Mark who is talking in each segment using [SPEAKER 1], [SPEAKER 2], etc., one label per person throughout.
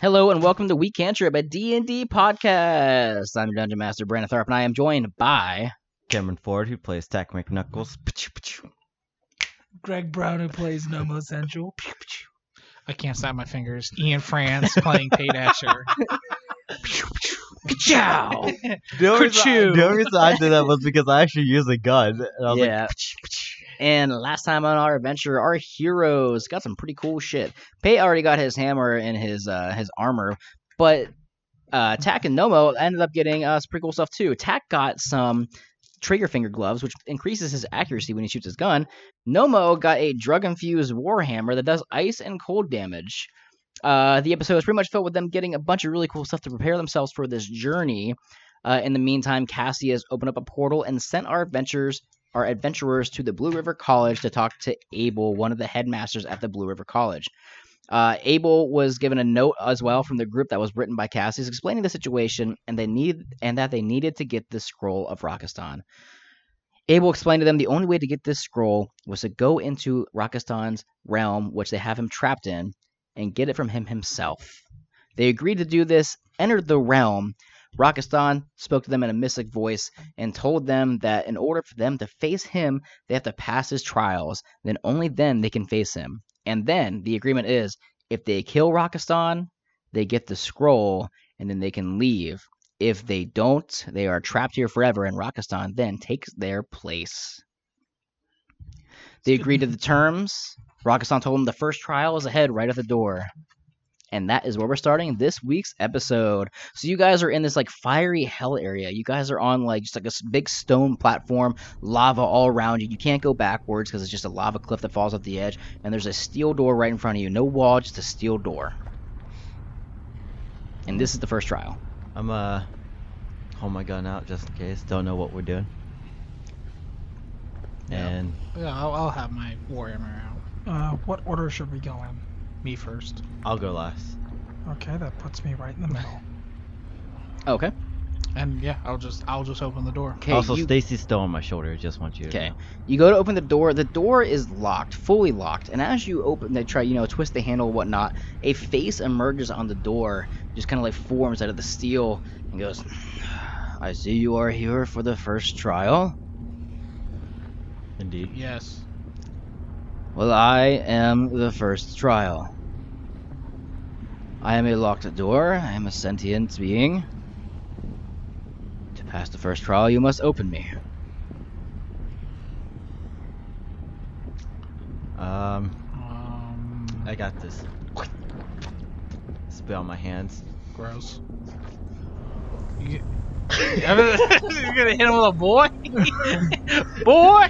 [SPEAKER 1] Hello and welcome to We Can't Trip, a D&D podcast. I'm your Dungeon Master, Brandon Tharp, and I am joined by...
[SPEAKER 2] Cameron Ford, who plays Tack McNuckles.
[SPEAKER 3] Greg Brown, who plays Nomo Central. I can't snap my fingers. Ian France playing Kate Asher. Ciao.
[SPEAKER 2] The only reason I-
[SPEAKER 3] Ka-choo.
[SPEAKER 2] the only reason I did that was because I actually used a gun. And I was like,
[SPEAKER 1] yeah. and last time on our adventure, our heroes got some pretty cool shit. Pei already got his hammer and his uh, his armor, but uh, Tack and Nomo ended up getting uh, some pretty cool stuff too. Tack got some trigger finger gloves, which increases his accuracy when he shoots his gun. Nomo got a drug infused warhammer that does ice and cold damage. Uh, the episode is pretty much filled with them getting a bunch of really cool stuff to prepare themselves for this journey. Uh, in the meantime, Cassie has opened up a portal and sent our adventures our adventurers to the Blue River College to talk to Abel, one of the headmasters at the Blue River College. Uh, Abel was given a note as well from the group that was written by Cassius explaining the situation and they need and that they needed to get the scroll of Rakistan. Abel explained to them the only way to get this scroll was to go into Rakistan's realm, which they have him trapped in, and get it from him himself. They agreed to do this, entered the realm. Rakistan spoke to them in a mystic voice and told them that in order for them to face him, they have to pass his trials. Then only then they can face him. And then the agreement is if they kill Rakistan, they get the scroll and then they can leave. If they don't, they are trapped here forever, and Rakistan then takes their place. They agreed to the terms. Rakistan told them the first trial is ahead right at the door. And that is where we're starting this week's episode. So you guys are in this like fiery hell area. You guys are on like just like a s- big stone platform, lava all around you. You can't go backwards because it's just a lava cliff that falls off the edge. And there's a steel door right in front of you. No wall, just a steel door. And this is the first trial.
[SPEAKER 2] I'm uh, hold my gun out just in case. Don't know what we're doing.
[SPEAKER 3] Yeah.
[SPEAKER 2] And
[SPEAKER 4] Yeah, I'll, I'll have my warhammer out.
[SPEAKER 3] Uh, what order should we go in?
[SPEAKER 4] Me first.
[SPEAKER 2] I'll go last.
[SPEAKER 3] Okay, that puts me right in the middle.
[SPEAKER 1] Okay.
[SPEAKER 4] And yeah, I'll just I'll just open the door.
[SPEAKER 1] Okay.
[SPEAKER 2] also,
[SPEAKER 1] you,
[SPEAKER 2] Stacy's still on my shoulder. Just want you. to
[SPEAKER 1] Okay.
[SPEAKER 2] know.
[SPEAKER 1] You go to open the door. The door is locked, fully locked. And as you open, they try, you know, twist the handle, and whatnot. A face emerges on the door, just kind of like forms out of the steel, and goes, "I see you are here for the first trial.
[SPEAKER 2] Indeed.
[SPEAKER 4] Yes.
[SPEAKER 1] Well, I am the first trial. I am a locked door. I am a sentient being. To pass the first trial, you must open me.
[SPEAKER 2] Um,
[SPEAKER 4] Um.
[SPEAKER 2] I got this. Spit on my hands.
[SPEAKER 4] Gross. You get- You're gonna hit him with a boy, boy,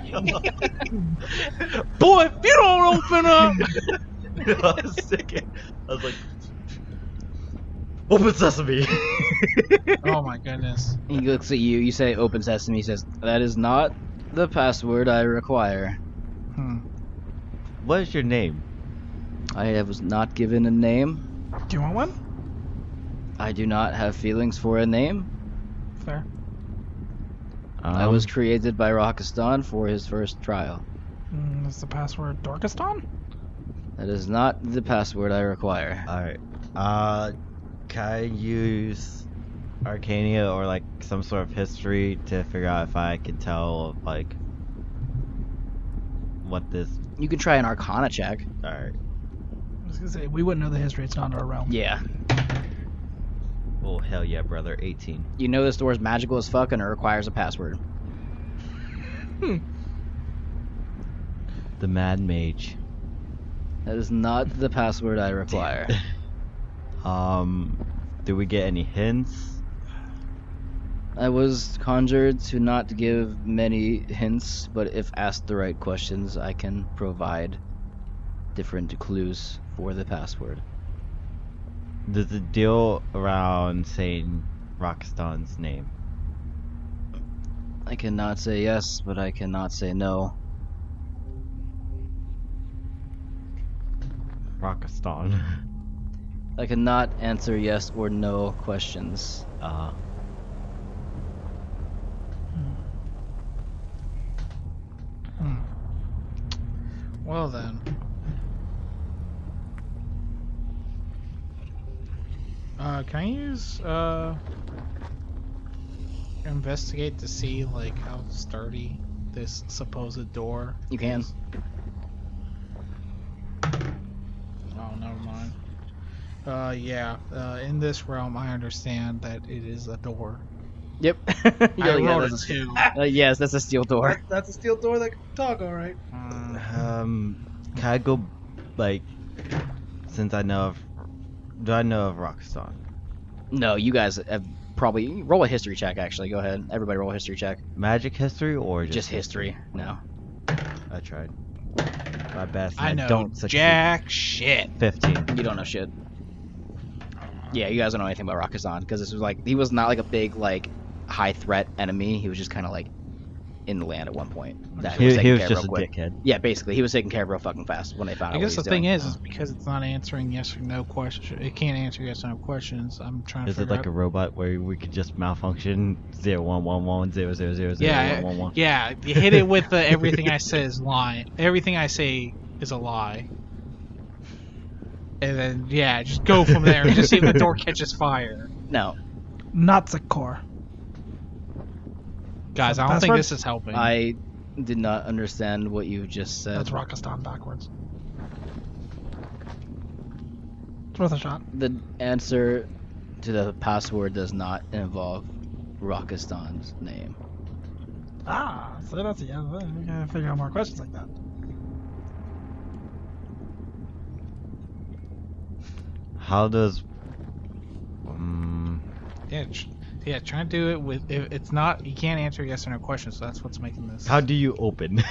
[SPEAKER 4] boy. If you don't open up,
[SPEAKER 2] I was thinking. I was like, open sesame.
[SPEAKER 4] oh my goodness.
[SPEAKER 1] He looks at you. You say, "Open sesame." He says, "That is not the password I require.
[SPEAKER 4] Hmm.
[SPEAKER 2] what is your name?
[SPEAKER 1] I was not given a name.
[SPEAKER 3] Do you want one?
[SPEAKER 1] I do not have feelings for a name.
[SPEAKER 3] Fair.
[SPEAKER 1] I
[SPEAKER 2] Um.
[SPEAKER 1] was created by Rakistan for his first trial.
[SPEAKER 3] Mm, is the password Dorkistan?
[SPEAKER 1] That is not the password I require.
[SPEAKER 2] All right. Uh, can I use Arcania or like some sort of history to figure out if I can tell like what this?
[SPEAKER 1] You can try an Arcana check.
[SPEAKER 2] All right.
[SPEAKER 3] I was gonna say we wouldn't know the history. It's not our realm.
[SPEAKER 1] Yeah.
[SPEAKER 2] Oh hell yeah, brother. 18.
[SPEAKER 1] You know this door is magical as fuck and it requires a password.
[SPEAKER 3] Hmm.
[SPEAKER 2] The Mad Mage.
[SPEAKER 1] That is not the password I require.
[SPEAKER 2] Um, do we get any hints?
[SPEAKER 1] I was conjured to not give many hints, but if asked the right questions, I can provide different clues for the password.
[SPEAKER 2] Does it deal around saying Rockstan's name?
[SPEAKER 1] I cannot say yes, but I cannot say no.
[SPEAKER 2] Rockstan.
[SPEAKER 1] I cannot answer yes or no questions.
[SPEAKER 2] Uh,
[SPEAKER 3] Hmm.
[SPEAKER 4] Well then,
[SPEAKER 3] Uh, can I use uh investigate to see like how sturdy this supposed door?
[SPEAKER 1] You can.
[SPEAKER 3] is? Oh, never mind. Uh, yeah. Uh, in this realm, I understand that it is a door.
[SPEAKER 1] Yep.
[SPEAKER 3] I
[SPEAKER 1] You're like, yeah,
[SPEAKER 3] rolled a
[SPEAKER 1] that's
[SPEAKER 3] two.
[SPEAKER 1] a- uh, yes, that's a steel door.
[SPEAKER 4] That- That's a steel door that can talk, all right.
[SPEAKER 1] Mm.
[SPEAKER 3] Uh,
[SPEAKER 2] Um, can I go, like, since I know of, do I know of Rockstone?
[SPEAKER 1] No, you guys have probably roll a history check. Actually, go ahead. Everybody, roll a history check.
[SPEAKER 2] Magic history or just,
[SPEAKER 1] Just history. No.
[SPEAKER 2] I tried. My best. and
[SPEAKER 3] I know
[SPEAKER 2] don't succeed.
[SPEAKER 3] jack shit.
[SPEAKER 2] 15.
[SPEAKER 1] You don't know shit. Yeah, you guys don't know anything about Rakazan because this was like he was not like a big like high threat enemy. He was just kind of like in the land at one point. That
[SPEAKER 2] He,
[SPEAKER 1] was
[SPEAKER 2] he
[SPEAKER 1] taken
[SPEAKER 2] was
[SPEAKER 1] care of
[SPEAKER 2] just
[SPEAKER 1] real
[SPEAKER 2] a
[SPEAKER 1] quick.
[SPEAKER 2] dickhead.
[SPEAKER 1] Yeah, basically, he was taken care of real fucking fast when they found
[SPEAKER 3] I
[SPEAKER 1] out.
[SPEAKER 3] guess the
[SPEAKER 1] what he was
[SPEAKER 3] thing
[SPEAKER 1] doing.
[SPEAKER 3] is, is because it's not answering yes or no questions. It can't answer yes or no questions. I'm trying to.
[SPEAKER 2] Is it
[SPEAKER 3] figure
[SPEAKER 2] like a
[SPEAKER 3] out-
[SPEAKER 2] robot where we could just malfunction 0111
[SPEAKER 3] Yeah, yeah? You hit it with the everything I say is lie. Everything I say is a lie. And then yeah, just go from there. just see if the door catches fire.
[SPEAKER 1] no,
[SPEAKER 4] Not a car.
[SPEAKER 3] Guys, I don't think
[SPEAKER 4] Password?
[SPEAKER 3] this is helping.
[SPEAKER 1] I did not understand what you just said.
[SPEAKER 3] That's Rakistan backwards.
[SPEAKER 4] It's worth a shot.
[SPEAKER 1] The answer to the password does not involve Rakistan's name.
[SPEAKER 4] Ah, so that's a yeah. We gotta figure out more questions like that.
[SPEAKER 2] How does. Um,
[SPEAKER 3] Yeah, tr- yeah. Try to do it with. If it's not, you can't answer yes or no questions. So that's what's making this.
[SPEAKER 2] how do you open?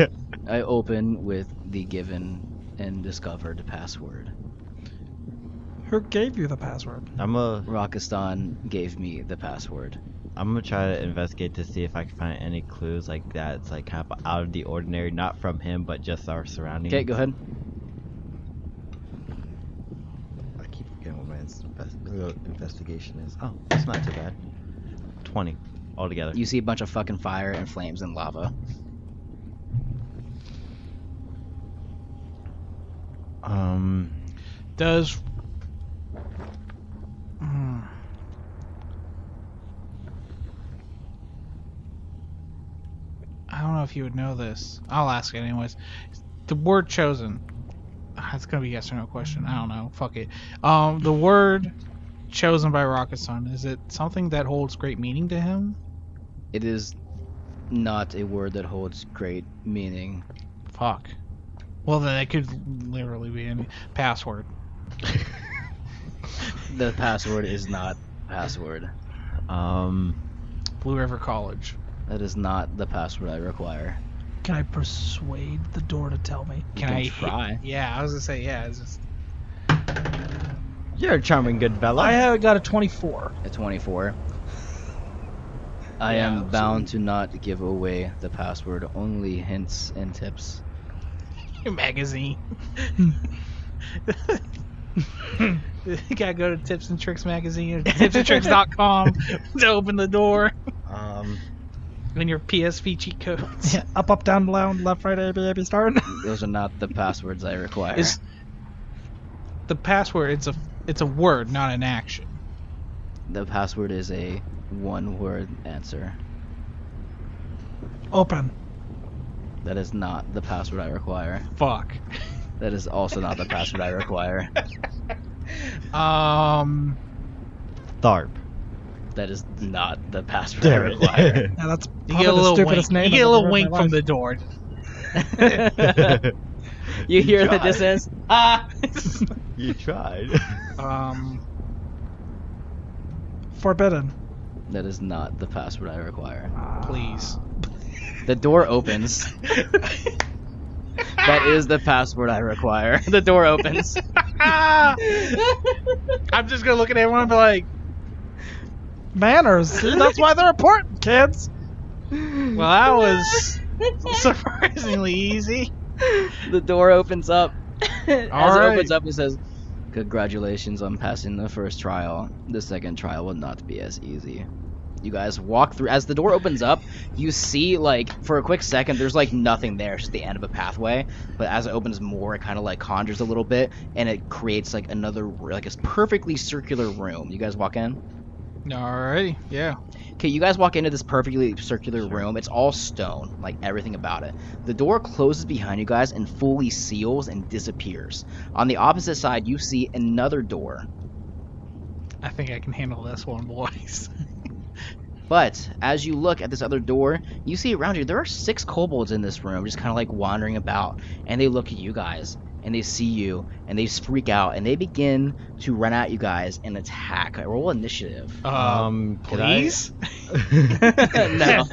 [SPEAKER 1] I open with the given and discovered password.
[SPEAKER 4] Who gave you the password?
[SPEAKER 2] I'm a.
[SPEAKER 1] Rakistan gave me the password.
[SPEAKER 2] I'm gonna try to investigate to see if I can find any clues like that. It's like kind of out of the ordinary, not from him, but just our surroundings.
[SPEAKER 1] Okay, go ahead.
[SPEAKER 2] I keep forgetting what my ins- invest- uh, investigation is. Oh, it's not too bad. Twenty altogether.
[SPEAKER 1] You see a bunch of fucking fire and flames and lava.
[SPEAKER 2] Um,
[SPEAKER 3] Does. Hmm. I don't know if you would know this. I'll ask it anyways. The word chosen. Ah, It's gonna be yes or no question. I don't know. Fuck it. Um, the word chosen by Rocketson is it something that holds great meaning to him?
[SPEAKER 1] It is not a word that holds great meaning.
[SPEAKER 3] Fuck. Well, then it could literally be any password.
[SPEAKER 1] The password is not password.
[SPEAKER 2] um,
[SPEAKER 3] Blue River College.
[SPEAKER 1] That is not the password I require.
[SPEAKER 4] Can I persuade the door to tell me?
[SPEAKER 1] You
[SPEAKER 3] Can I?
[SPEAKER 1] try?
[SPEAKER 3] Yeah, I was gonna say yeah. It's just
[SPEAKER 2] you're a charming good fellow.
[SPEAKER 4] I have got a 24.
[SPEAKER 1] A 24. I
[SPEAKER 3] Yeah,
[SPEAKER 1] am bound to not give away the password, only hints and tips.
[SPEAKER 3] magazine.
[SPEAKER 4] Hmm.
[SPEAKER 3] you gotta go to Tips and Tricks magazine or tipsandtricks.com to open the door
[SPEAKER 2] Um,
[SPEAKER 3] and your PSV cheat codes.
[SPEAKER 4] Yeah, up, up, down, down, left, right, A, B, A, B, start.
[SPEAKER 1] Those are not the passwords I require.
[SPEAKER 3] Is the password? It's a it's a word, not an action.
[SPEAKER 1] The password is a one word answer.
[SPEAKER 4] Open.
[SPEAKER 1] That is not the password I require.
[SPEAKER 3] Fuck.
[SPEAKER 1] That is also not the password I require.
[SPEAKER 3] Um.
[SPEAKER 2] Tharp.
[SPEAKER 1] That is not the password I
[SPEAKER 2] Damn
[SPEAKER 1] require.
[SPEAKER 2] it.
[SPEAKER 4] Now that's
[SPEAKER 3] You get
[SPEAKER 4] probably
[SPEAKER 3] a
[SPEAKER 4] the
[SPEAKER 3] little
[SPEAKER 4] stupidest
[SPEAKER 3] wink.
[SPEAKER 4] name.
[SPEAKER 3] You
[SPEAKER 4] I've ever
[SPEAKER 3] get a little
[SPEAKER 4] heard in
[SPEAKER 3] wink
[SPEAKER 4] my
[SPEAKER 3] from the
[SPEAKER 4] life.
[SPEAKER 3] door.
[SPEAKER 1] you hear in the
[SPEAKER 2] Try.
[SPEAKER 1] distance? Ah!
[SPEAKER 2] you tried.
[SPEAKER 3] Um.
[SPEAKER 4] Forbidden.
[SPEAKER 1] That is not the password I require.
[SPEAKER 3] Please.
[SPEAKER 1] The door opens. That is the password I require. The door opens.
[SPEAKER 3] I'm just gonna look at everyone and be like,
[SPEAKER 4] Manners. See, that's why they're important, kids.
[SPEAKER 3] "Well, that was surprisingly easy."
[SPEAKER 1] The door opens up. As
[SPEAKER 3] Alright.
[SPEAKER 1] it opens up, it says, Congratulations on passing the first trial. The second trial will not be as easy. You guys walk through. As the door opens up, you see like for a quick second, there's like nothing there. It's just the end of a pathway. But as it opens more, it kind of like conjures a little bit, and it creates like another like a perfectly circular room. You guys walk in.
[SPEAKER 3] Alrighty. Yeah.
[SPEAKER 1] Okay, you guys walk into this perfectly circular room. It's all stone, like everything about it. The door closes behind you guys and fully seals and disappears. On the opposite side, you see another door
[SPEAKER 3] I think I can handle this one, boys.
[SPEAKER 1] But as you look at this other door, you see around you there are six kobolds in this room, just kind of like wandering about, and they look at you guys, and they see you, and they freak out, and they begin to run at you guys and attack. Roll initiative.
[SPEAKER 3] Uh,
[SPEAKER 2] Um, could I-
[SPEAKER 3] please.
[SPEAKER 1] no,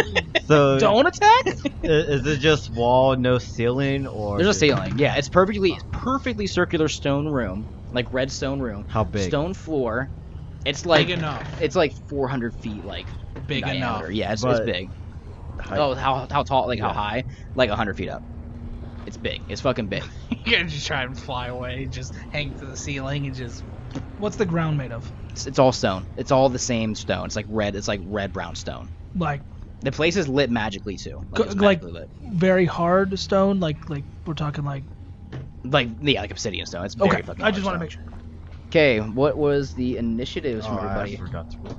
[SPEAKER 2] So
[SPEAKER 1] don't attack.
[SPEAKER 2] i- Is it just wall, no ceiling, or
[SPEAKER 1] There's a ceiling. Yeah, it's perfectly it's perfectly circular stone room, like red stone room,
[SPEAKER 2] How big?
[SPEAKER 1] stone floor. It's like
[SPEAKER 3] big enough.
[SPEAKER 1] it's like 400 feet, like
[SPEAKER 3] Big
[SPEAKER 1] diameter. Yeah, it's, it's
[SPEAKER 2] But-
[SPEAKER 1] big.
[SPEAKER 2] Height?
[SPEAKER 1] oh, how how tall? Like how
[SPEAKER 2] Yeah.
[SPEAKER 1] high? Like hundred feet up. It's big. It's fucking big.
[SPEAKER 3] enough. You can just try and fly away, just hang to the ceiling, and just. What's the ground made of?
[SPEAKER 1] It's, it's all stone. It's all the same stone. It's like red. It's like red brown stone.
[SPEAKER 5] like
[SPEAKER 1] The place is lit magically too. Like,
[SPEAKER 5] Co-
[SPEAKER 1] it's
[SPEAKER 5] like-
[SPEAKER 1] magically lit.
[SPEAKER 5] very hard stone, like like we're talking like
[SPEAKER 1] Like yeah, like obsidian stone. It's very
[SPEAKER 5] okay.
[SPEAKER 1] fucking
[SPEAKER 5] I just want to make sure.
[SPEAKER 1] Okay, what was the initiatives
[SPEAKER 2] Oh,
[SPEAKER 1] from
[SPEAKER 2] I
[SPEAKER 1] everybody?
[SPEAKER 2] forgot to roll.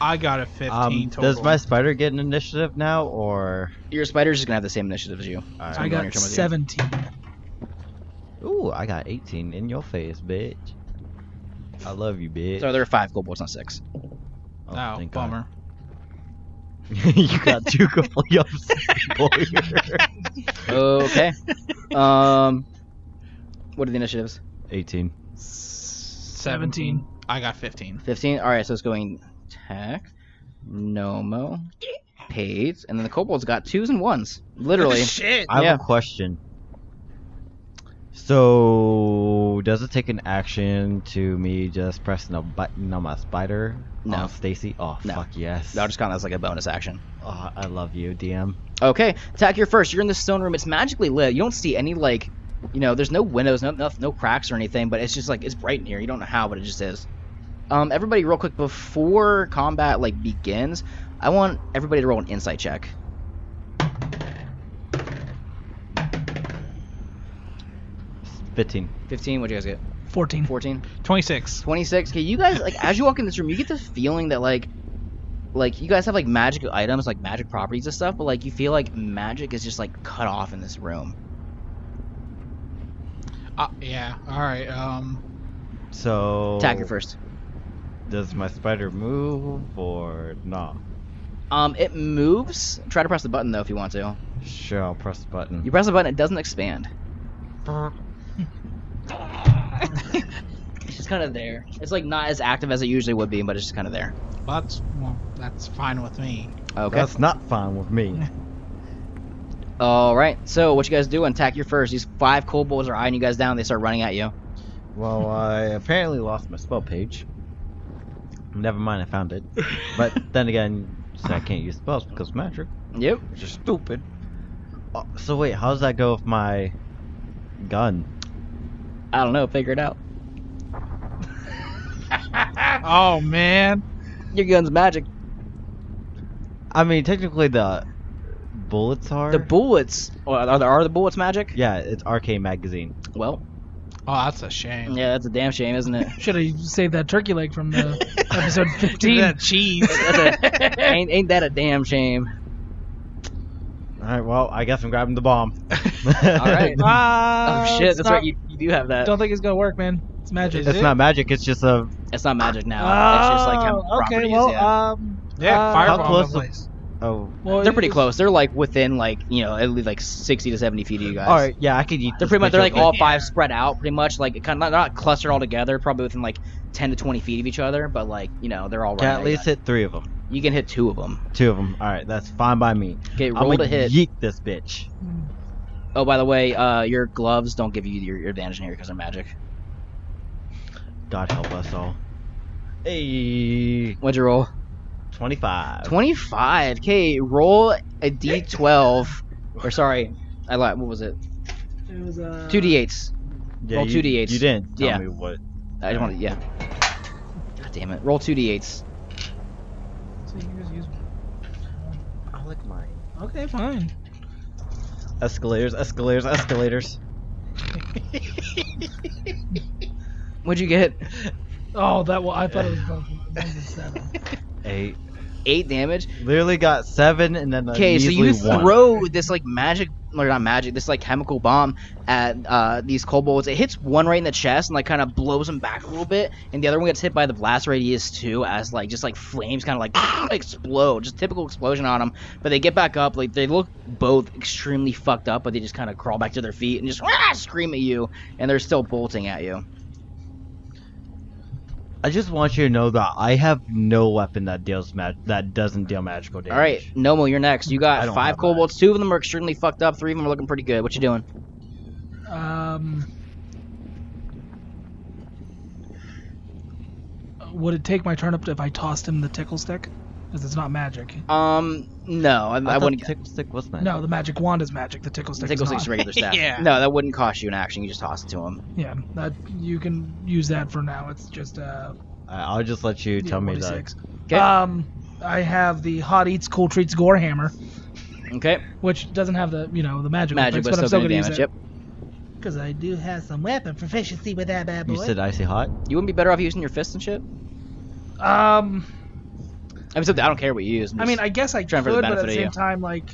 [SPEAKER 3] I got a 15
[SPEAKER 2] Um,
[SPEAKER 3] total.
[SPEAKER 2] does my spider get an initiative now, or?
[SPEAKER 1] Your spider's just gonna have the same initiative as you.
[SPEAKER 2] Alright.
[SPEAKER 5] I
[SPEAKER 1] I'm going
[SPEAKER 5] got
[SPEAKER 1] here with you.
[SPEAKER 5] seventeen.
[SPEAKER 2] Ooh, I got 18 in your face, bitch. I love you, bitch.
[SPEAKER 1] So there are five kobolds, not six.
[SPEAKER 3] oh,
[SPEAKER 2] thank God.
[SPEAKER 3] bummer.
[SPEAKER 2] you got two completely opposite warriors.
[SPEAKER 1] Okay. um, what are the initiatives?
[SPEAKER 2] 18.
[SPEAKER 3] 17. I got 15.
[SPEAKER 1] Fifteen. All right, so it's going Tech, Nomo, Paige, and then the kobolds got twos and ones. Literally.
[SPEAKER 3] Shit.
[SPEAKER 2] I have
[SPEAKER 1] Yeah.
[SPEAKER 2] a question. So, does it take an action to me just pressing a button on my spider?
[SPEAKER 1] No.
[SPEAKER 2] On Stacy? Oh,
[SPEAKER 1] No.
[SPEAKER 2] fuck yes.
[SPEAKER 1] I'll just count that as like a bonus action.
[SPEAKER 2] Oh, I love you, DM.
[SPEAKER 1] Okay, attack you're first. You're in the stone room. It's magically lit. You don't see any like, you know, there's no windows, no no, no cracks or anything. But it's just like it's bright in here. You don't know how, but it just is. Um, everybody, real quick before combat like begins, I want everybody to roll an insight check.
[SPEAKER 2] Fifteen.
[SPEAKER 1] Fifteen. What What'd you guys
[SPEAKER 5] Fourteen.
[SPEAKER 1] get? Fourteen.
[SPEAKER 3] 26.
[SPEAKER 1] 26 okay you guys like as you walk in this room you get the feeling that like like you guys have like magic items like magic properties and stuff but like you feel like magic is just like cut off in this room
[SPEAKER 3] Uh, yeah. All right. Um.
[SPEAKER 2] So.
[SPEAKER 1] attack it first
[SPEAKER 2] Does my spider move or not?
[SPEAKER 1] um it moves try to press the button though if you want to
[SPEAKER 2] Sure, I'll press the button.
[SPEAKER 1] you press the button it doesn't expand
[SPEAKER 3] brr.
[SPEAKER 1] it's just kind of there it's like not as active as it usually would be but it's just kind of there
[SPEAKER 3] That's well, that's fine with me.
[SPEAKER 1] okay
[SPEAKER 2] That's not fine with me.
[SPEAKER 1] all right so what you guys do attack your first these five kobolds are eyeing you guys down they start running at you
[SPEAKER 2] Well, I apparently lost my spell page. Never mind, I found it. But then again, so I can't use spells because magic,
[SPEAKER 1] yep
[SPEAKER 2] which is stupid. Oh, so wait, how does that go with my gun?
[SPEAKER 1] i don't know figure it out
[SPEAKER 3] Oh man.
[SPEAKER 1] your gun's magic
[SPEAKER 2] I mean, technically the bullets are.
[SPEAKER 1] the bullets are, are, the, are the bullets magic
[SPEAKER 2] yeah, it's RK magazine.
[SPEAKER 1] Well,
[SPEAKER 3] Oh, that's a shame.
[SPEAKER 1] yeah, that's a damn shame, isn't it?
[SPEAKER 5] Should I save that turkey leg from the episode
[SPEAKER 3] Dude,
[SPEAKER 5] fifteen?
[SPEAKER 3] that cheese.
[SPEAKER 1] That's a, ain't, ain't that a damn shame?
[SPEAKER 2] All right, well, I guess I'm grabbing the bomb.
[SPEAKER 1] right.
[SPEAKER 5] Ah,
[SPEAKER 1] Oh shit,
[SPEAKER 5] it's
[SPEAKER 1] that's
[SPEAKER 5] not-
[SPEAKER 1] right. You, you do have that.
[SPEAKER 5] Don't think it's gonna work, man. It's magic.
[SPEAKER 2] It's not magic. It's just a.
[SPEAKER 1] It's not magic now. it's just like chemical
[SPEAKER 5] Oh, okay.
[SPEAKER 1] properties.
[SPEAKER 5] Well,
[SPEAKER 1] yeah.
[SPEAKER 5] um,
[SPEAKER 3] Yeah,
[SPEAKER 5] uh,
[SPEAKER 3] fireball.
[SPEAKER 2] How close?
[SPEAKER 3] the
[SPEAKER 2] the-
[SPEAKER 3] place.
[SPEAKER 2] Oh.
[SPEAKER 5] well,
[SPEAKER 1] they're pretty
[SPEAKER 5] it's-
[SPEAKER 1] close. They're like within like you know at least like sixty to seventy feet of you guys.
[SPEAKER 2] All right. Yeah, I could eat.
[SPEAKER 1] They're
[SPEAKER 2] this
[SPEAKER 1] pretty much they're like
[SPEAKER 2] bitch up.
[SPEAKER 1] all five spread out, pretty much like kind of not, not clustered all together, probably within like ten to twenty feet of each other. But like you know they're all right.
[SPEAKER 2] Can I at
[SPEAKER 1] there.
[SPEAKER 2] least hit three of them.
[SPEAKER 1] you can hit two of them.
[SPEAKER 2] Two of them. All right, that's fine by me.
[SPEAKER 1] Okay,
[SPEAKER 2] I'm
[SPEAKER 1] roll
[SPEAKER 2] gonna
[SPEAKER 1] to hit.
[SPEAKER 2] yeet this bitch.
[SPEAKER 1] oh, by the way, uh, your gloves don't give you your, your advantage in here because they're magic.
[SPEAKER 2] God help us all. Hey,
[SPEAKER 1] What'd you roll?
[SPEAKER 2] 25.
[SPEAKER 1] 25. Okay, roll a d12. or sorry, I lied. What was it?
[SPEAKER 5] It was uh,
[SPEAKER 1] 2d8s.
[SPEAKER 2] Yeah,
[SPEAKER 1] roll
[SPEAKER 2] you,
[SPEAKER 1] two D8s.
[SPEAKER 2] You didn't tell
[SPEAKER 1] Yeah.
[SPEAKER 2] me what.
[SPEAKER 1] I just wanted, yeah. God damn it. Roll 2d8s.
[SPEAKER 5] So you can just Okay, fine.
[SPEAKER 2] Escalators, escalators, escalators.
[SPEAKER 1] What'd you get?
[SPEAKER 5] Oh, that well, I thought it was broken. It was seven.
[SPEAKER 2] Eight.
[SPEAKER 1] Eight damage.
[SPEAKER 2] Literally got seven and then
[SPEAKER 1] Okay, so you
[SPEAKER 2] one.
[SPEAKER 1] throw this like magic, or not magic, this like chemical bomb at uh, these kobolds. It hits one right in the chest and like kind of blows him back a little bit, and the other one gets hit by the blast radius too, as like just like flames kind of like explode, just typical explosion on them. But they get back up, like they look both extremely fucked up, but they just kind of crawl back to their feet and just ah, scream at you, and they're still bolting at you.
[SPEAKER 2] I just want you to know that I have no weapon that deals mag- that doesn't deal magical damage.
[SPEAKER 1] All right, Nomo, you're next. You
[SPEAKER 2] I
[SPEAKER 1] got
[SPEAKER 2] don't
[SPEAKER 1] five
[SPEAKER 2] have that.
[SPEAKER 1] kobolds. Two of them are extremely fucked up. Three of them are looking pretty good. What you doing?
[SPEAKER 5] Um, would it take my turn up if I tossed him the tickle stick? Because it's not magic.
[SPEAKER 1] Um, no, I, I,
[SPEAKER 2] I, thought
[SPEAKER 1] wouldn't.
[SPEAKER 2] tickle stick was nice.
[SPEAKER 5] No, the magic wand is magic. The tickle stick.
[SPEAKER 1] Tickle
[SPEAKER 5] is not.
[SPEAKER 1] Six regular staff.
[SPEAKER 4] Yeah.
[SPEAKER 1] No, that wouldn't cost you an action. You just toss it to him.
[SPEAKER 5] Yeah, that you can use that for now. It's just uh.
[SPEAKER 2] I- I'll just let you
[SPEAKER 5] yeah,
[SPEAKER 2] tell me that.
[SPEAKER 5] 46.
[SPEAKER 1] Okay.
[SPEAKER 5] Um, I have the hot eats, cool treats, gore hammer,
[SPEAKER 1] Okay.
[SPEAKER 5] which doesn't have the you know the magic.
[SPEAKER 1] Magic,
[SPEAKER 5] effects,
[SPEAKER 1] but
[SPEAKER 5] I'm
[SPEAKER 1] still
[SPEAKER 5] gonna
[SPEAKER 1] gonna
[SPEAKER 5] use
[SPEAKER 1] damage.
[SPEAKER 5] it
[SPEAKER 1] Yep.
[SPEAKER 5] because I do have some weapon proficiency with that bad boy.
[SPEAKER 2] You said icy hot.
[SPEAKER 1] You wouldn't be better off using your fists and shit.
[SPEAKER 5] um,
[SPEAKER 1] I mean, so I don't care what you use. I'm
[SPEAKER 5] I mean,
[SPEAKER 1] just-
[SPEAKER 5] I guess I
[SPEAKER 1] Trying
[SPEAKER 5] could,
[SPEAKER 1] for the
[SPEAKER 5] but at
[SPEAKER 1] benefit
[SPEAKER 5] the
[SPEAKER 1] of
[SPEAKER 5] same
[SPEAKER 1] you.
[SPEAKER 5] time, like,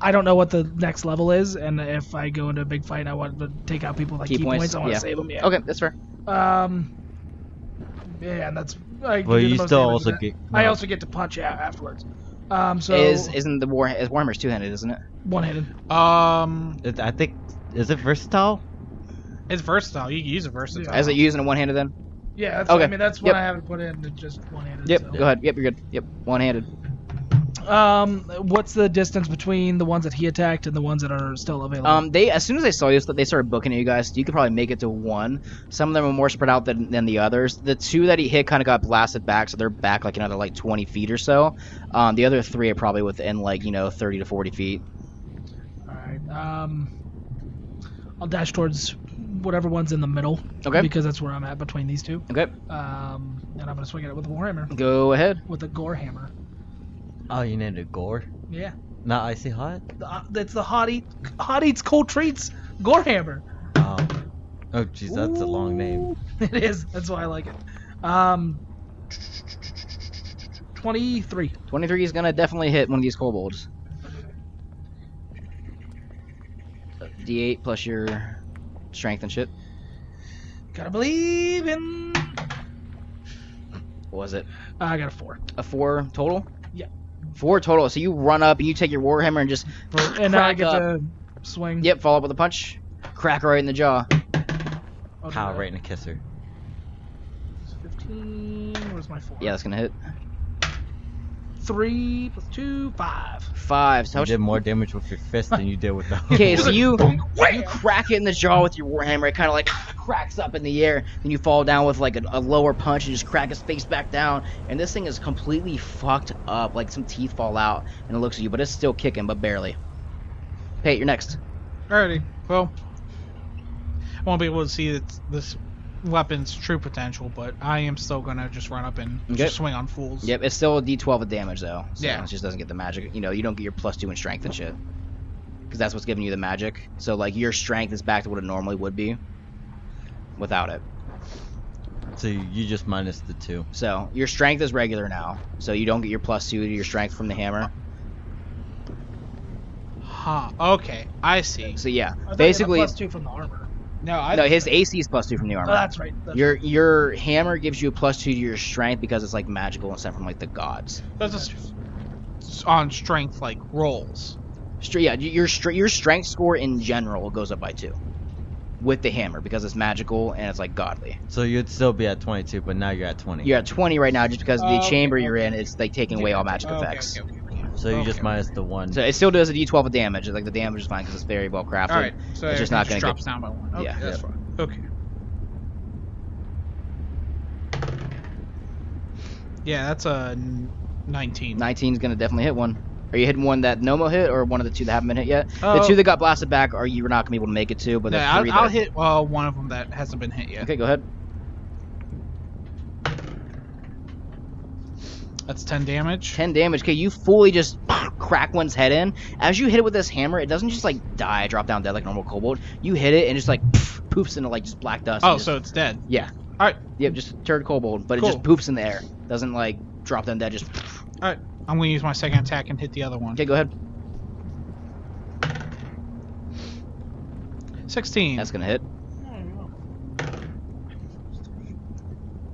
[SPEAKER 5] I don't know what the next level is, and if I go into a big fight, I want to take out people like
[SPEAKER 1] Key
[SPEAKER 5] key,
[SPEAKER 1] points,
[SPEAKER 5] points. I want to
[SPEAKER 1] yeah.
[SPEAKER 5] save them. Yeah.
[SPEAKER 1] okay, that's fair.
[SPEAKER 5] Um. Yeah, and that's. I can
[SPEAKER 2] Well,
[SPEAKER 5] do the
[SPEAKER 2] you
[SPEAKER 5] most
[SPEAKER 2] still
[SPEAKER 5] damage
[SPEAKER 2] also
[SPEAKER 5] with
[SPEAKER 2] get.
[SPEAKER 5] that. I also get to punch out afterwards. Um. So
[SPEAKER 1] is isn't the war is Warhammer's two handed, isn't it?
[SPEAKER 5] one-handed.
[SPEAKER 3] Um,
[SPEAKER 2] It, I think is it versatile?
[SPEAKER 3] it's versatile. You can use it versatile.
[SPEAKER 1] Is it using one handed then?
[SPEAKER 5] Yeah. That's,
[SPEAKER 1] Okay,
[SPEAKER 5] I mean, that's
[SPEAKER 1] yep.
[SPEAKER 5] what I haven't put in. it's Just one-handed.
[SPEAKER 1] Yep.
[SPEAKER 5] so.
[SPEAKER 1] Go ahead. Yep, you're good. Yep, one handed.
[SPEAKER 5] Um. What's the distance between the ones that he attacked and the ones that are still available?
[SPEAKER 1] Um, they as soon as they saw you, they started booking at you guys. You could probably make it to one. Some of them were more spread out than, than the others. The two that he hit kind of got blasted back, so they're back like another like 20 feet or so. Um, the other three are probably within like you know 30 to 40 feet.
[SPEAKER 5] All right. Um. I'll dash towards whatever one's in the middle.
[SPEAKER 1] Okay.
[SPEAKER 5] Because that's where I'm at between these two.
[SPEAKER 1] Okay,
[SPEAKER 5] Um, and I'm gonna swing at it with a warhammer,
[SPEAKER 1] go ahead.
[SPEAKER 5] with a gore hammer.
[SPEAKER 2] Oh, you named it Gore,
[SPEAKER 5] Yeah,
[SPEAKER 2] not icy hot.
[SPEAKER 5] The- uh, that's the hot eat, hot eats cold treats gore hammer.
[SPEAKER 2] Oh, oh, jeez, that's a long name.
[SPEAKER 5] Ooh. It is. That's why I like it. Um, twenty-three.
[SPEAKER 1] 23 is gonna definitely hit one of these kobolds. D8 plus your strength and shit.
[SPEAKER 5] Gotta believe in.
[SPEAKER 1] What was it?
[SPEAKER 5] I got a four.
[SPEAKER 1] A four total.
[SPEAKER 5] Yeah.
[SPEAKER 1] Four total. So you run up and you take your warhammer and just
[SPEAKER 5] And now I
[SPEAKER 1] Crack
[SPEAKER 5] get
[SPEAKER 1] up.
[SPEAKER 5] to swing.
[SPEAKER 1] yep follow up with a punch, crack right in the jaw.
[SPEAKER 5] I'll do
[SPEAKER 2] Pow,
[SPEAKER 5] that.
[SPEAKER 2] right in the kisser.
[SPEAKER 5] Fifteen. Where's my four?
[SPEAKER 1] Yeah, that's gonna hit.
[SPEAKER 5] Three plus two, five.
[SPEAKER 1] Five. So
[SPEAKER 2] You
[SPEAKER 1] much...
[SPEAKER 2] did more damage with your fist than you did with the.
[SPEAKER 1] Okay, so you you crack it in the jaw with your warhammer. It kind of like cracks up in the air. Then you fall down with like a, a lower punch and just crack his face back down. And this thing is completely fucked up. Like some teeth fall out, and it looks at you, but it's still kicking, but barely. Hey, you're next.
[SPEAKER 3] Alrighty. Well, I won't be able to see its, this weapon's true potential, but I am still gonna just run up and
[SPEAKER 1] Okay.
[SPEAKER 3] just swing on fools.
[SPEAKER 1] Yep, it's still a D12 of damage though. So
[SPEAKER 3] Yeah.
[SPEAKER 1] It just doesn't get the magic. You know, you don't get your plus two in strength and shit. Because that's what's giving you the magic. So like your strength is back to what it normally would be, without it.
[SPEAKER 2] So you just minus the two.
[SPEAKER 1] So your strength is regular now, so you don't get your plus two to your strength from the hammer.
[SPEAKER 3] Huh. Okay. I see.
[SPEAKER 1] So yeah,
[SPEAKER 5] I thought I got a
[SPEAKER 1] basically,
[SPEAKER 5] plus two from the armor.
[SPEAKER 3] No, I.
[SPEAKER 1] no, his AC is plus two from the armor.
[SPEAKER 5] Oh, that's right. That's
[SPEAKER 1] your your hammer gives you a plus two to your strength because it's like magical and sent from like the gods.
[SPEAKER 3] That's a s- s- on strength like rolls.
[SPEAKER 1] Str- yeah, y- your str- your strength score in general goes up by two with the hammer because it's magical and it's like godly.
[SPEAKER 2] So you'd still be at 22, but now you're at 20.
[SPEAKER 1] You're at twenty right now just because of the
[SPEAKER 3] Oh, okay,
[SPEAKER 1] chamber you're
[SPEAKER 3] okay.
[SPEAKER 1] in. It's like taking away all magic
[SPEAKER 3] Okay,
[SPEAKER 1] effects.
[SPEAKER 3] okay, okay, okay.
[SPEAKER 2] So you just
[SPEAKER 3] Okay.
[SPEAKER 2] minus the one.
[SPEAKER 1] So it still does a D12 of damage. Like the damage is fine because it's very well crafted.
[SPEAKER 3] All right. So
[SPEAKER 1] It's just not
[SPEAKER 3] everything
[SPEAKER 1] gonna
[SPEAKER 3] drops down by one. Okay,
[SPEAKER 1] Yeah.
[SPEAKER 3] that's
[SPEAKER 2] Yep.
[SPEAKER 3] fine. Okay. Yeah, that's a n- nineteen.
[SPEAKER 1] 19's gonna definitely hit one. Are you hitting one that Nomo hit or one of the two that haven't been hit yet? the
[SPEAKER 3] Oh.
[SPEAKER 1] two that got blasted back are you were not gonna be able to make it to, but
[SPEAKER 3] No,
[SPEAKER 1] the
[SPEAKER 3] I'll,
[SPEAKER 1] three
[SPEAKER 3] I'll
[SPEAKER 1] that...
[SPEAKER 3] hit uh, one of them that hasn't been hit yet.
[SPEAKER 1] Okay, go ahead.
[SPEAKER 3] That's 10 damage.
[SPEAKER 1] 10 damage. Okay, you fully just crack one's head in. As you hit it with this hammer, it doesn't just like die, drop down dead like normal kobold. You hit it and just like poofs into like just black dust. and
[SPEAKER 3] Oh,
[SPEAKER 1] just-
[SPEAKER 3] so it's dead.
[SPEAKER 1] Yeah.
[SPEAKER 3] Alright.
[SPEAKER 1] Yep, just turd kobold, but it just poofs in the air. Doesn't like drop down dead. Just
[SPEAKER 3] I'm going to use my second attack and hit the other one.
[SPEAKER 1] okay. Go ahead.
[SPEAKER 3] 16.
[SPEAKER 1] That's gonna hit.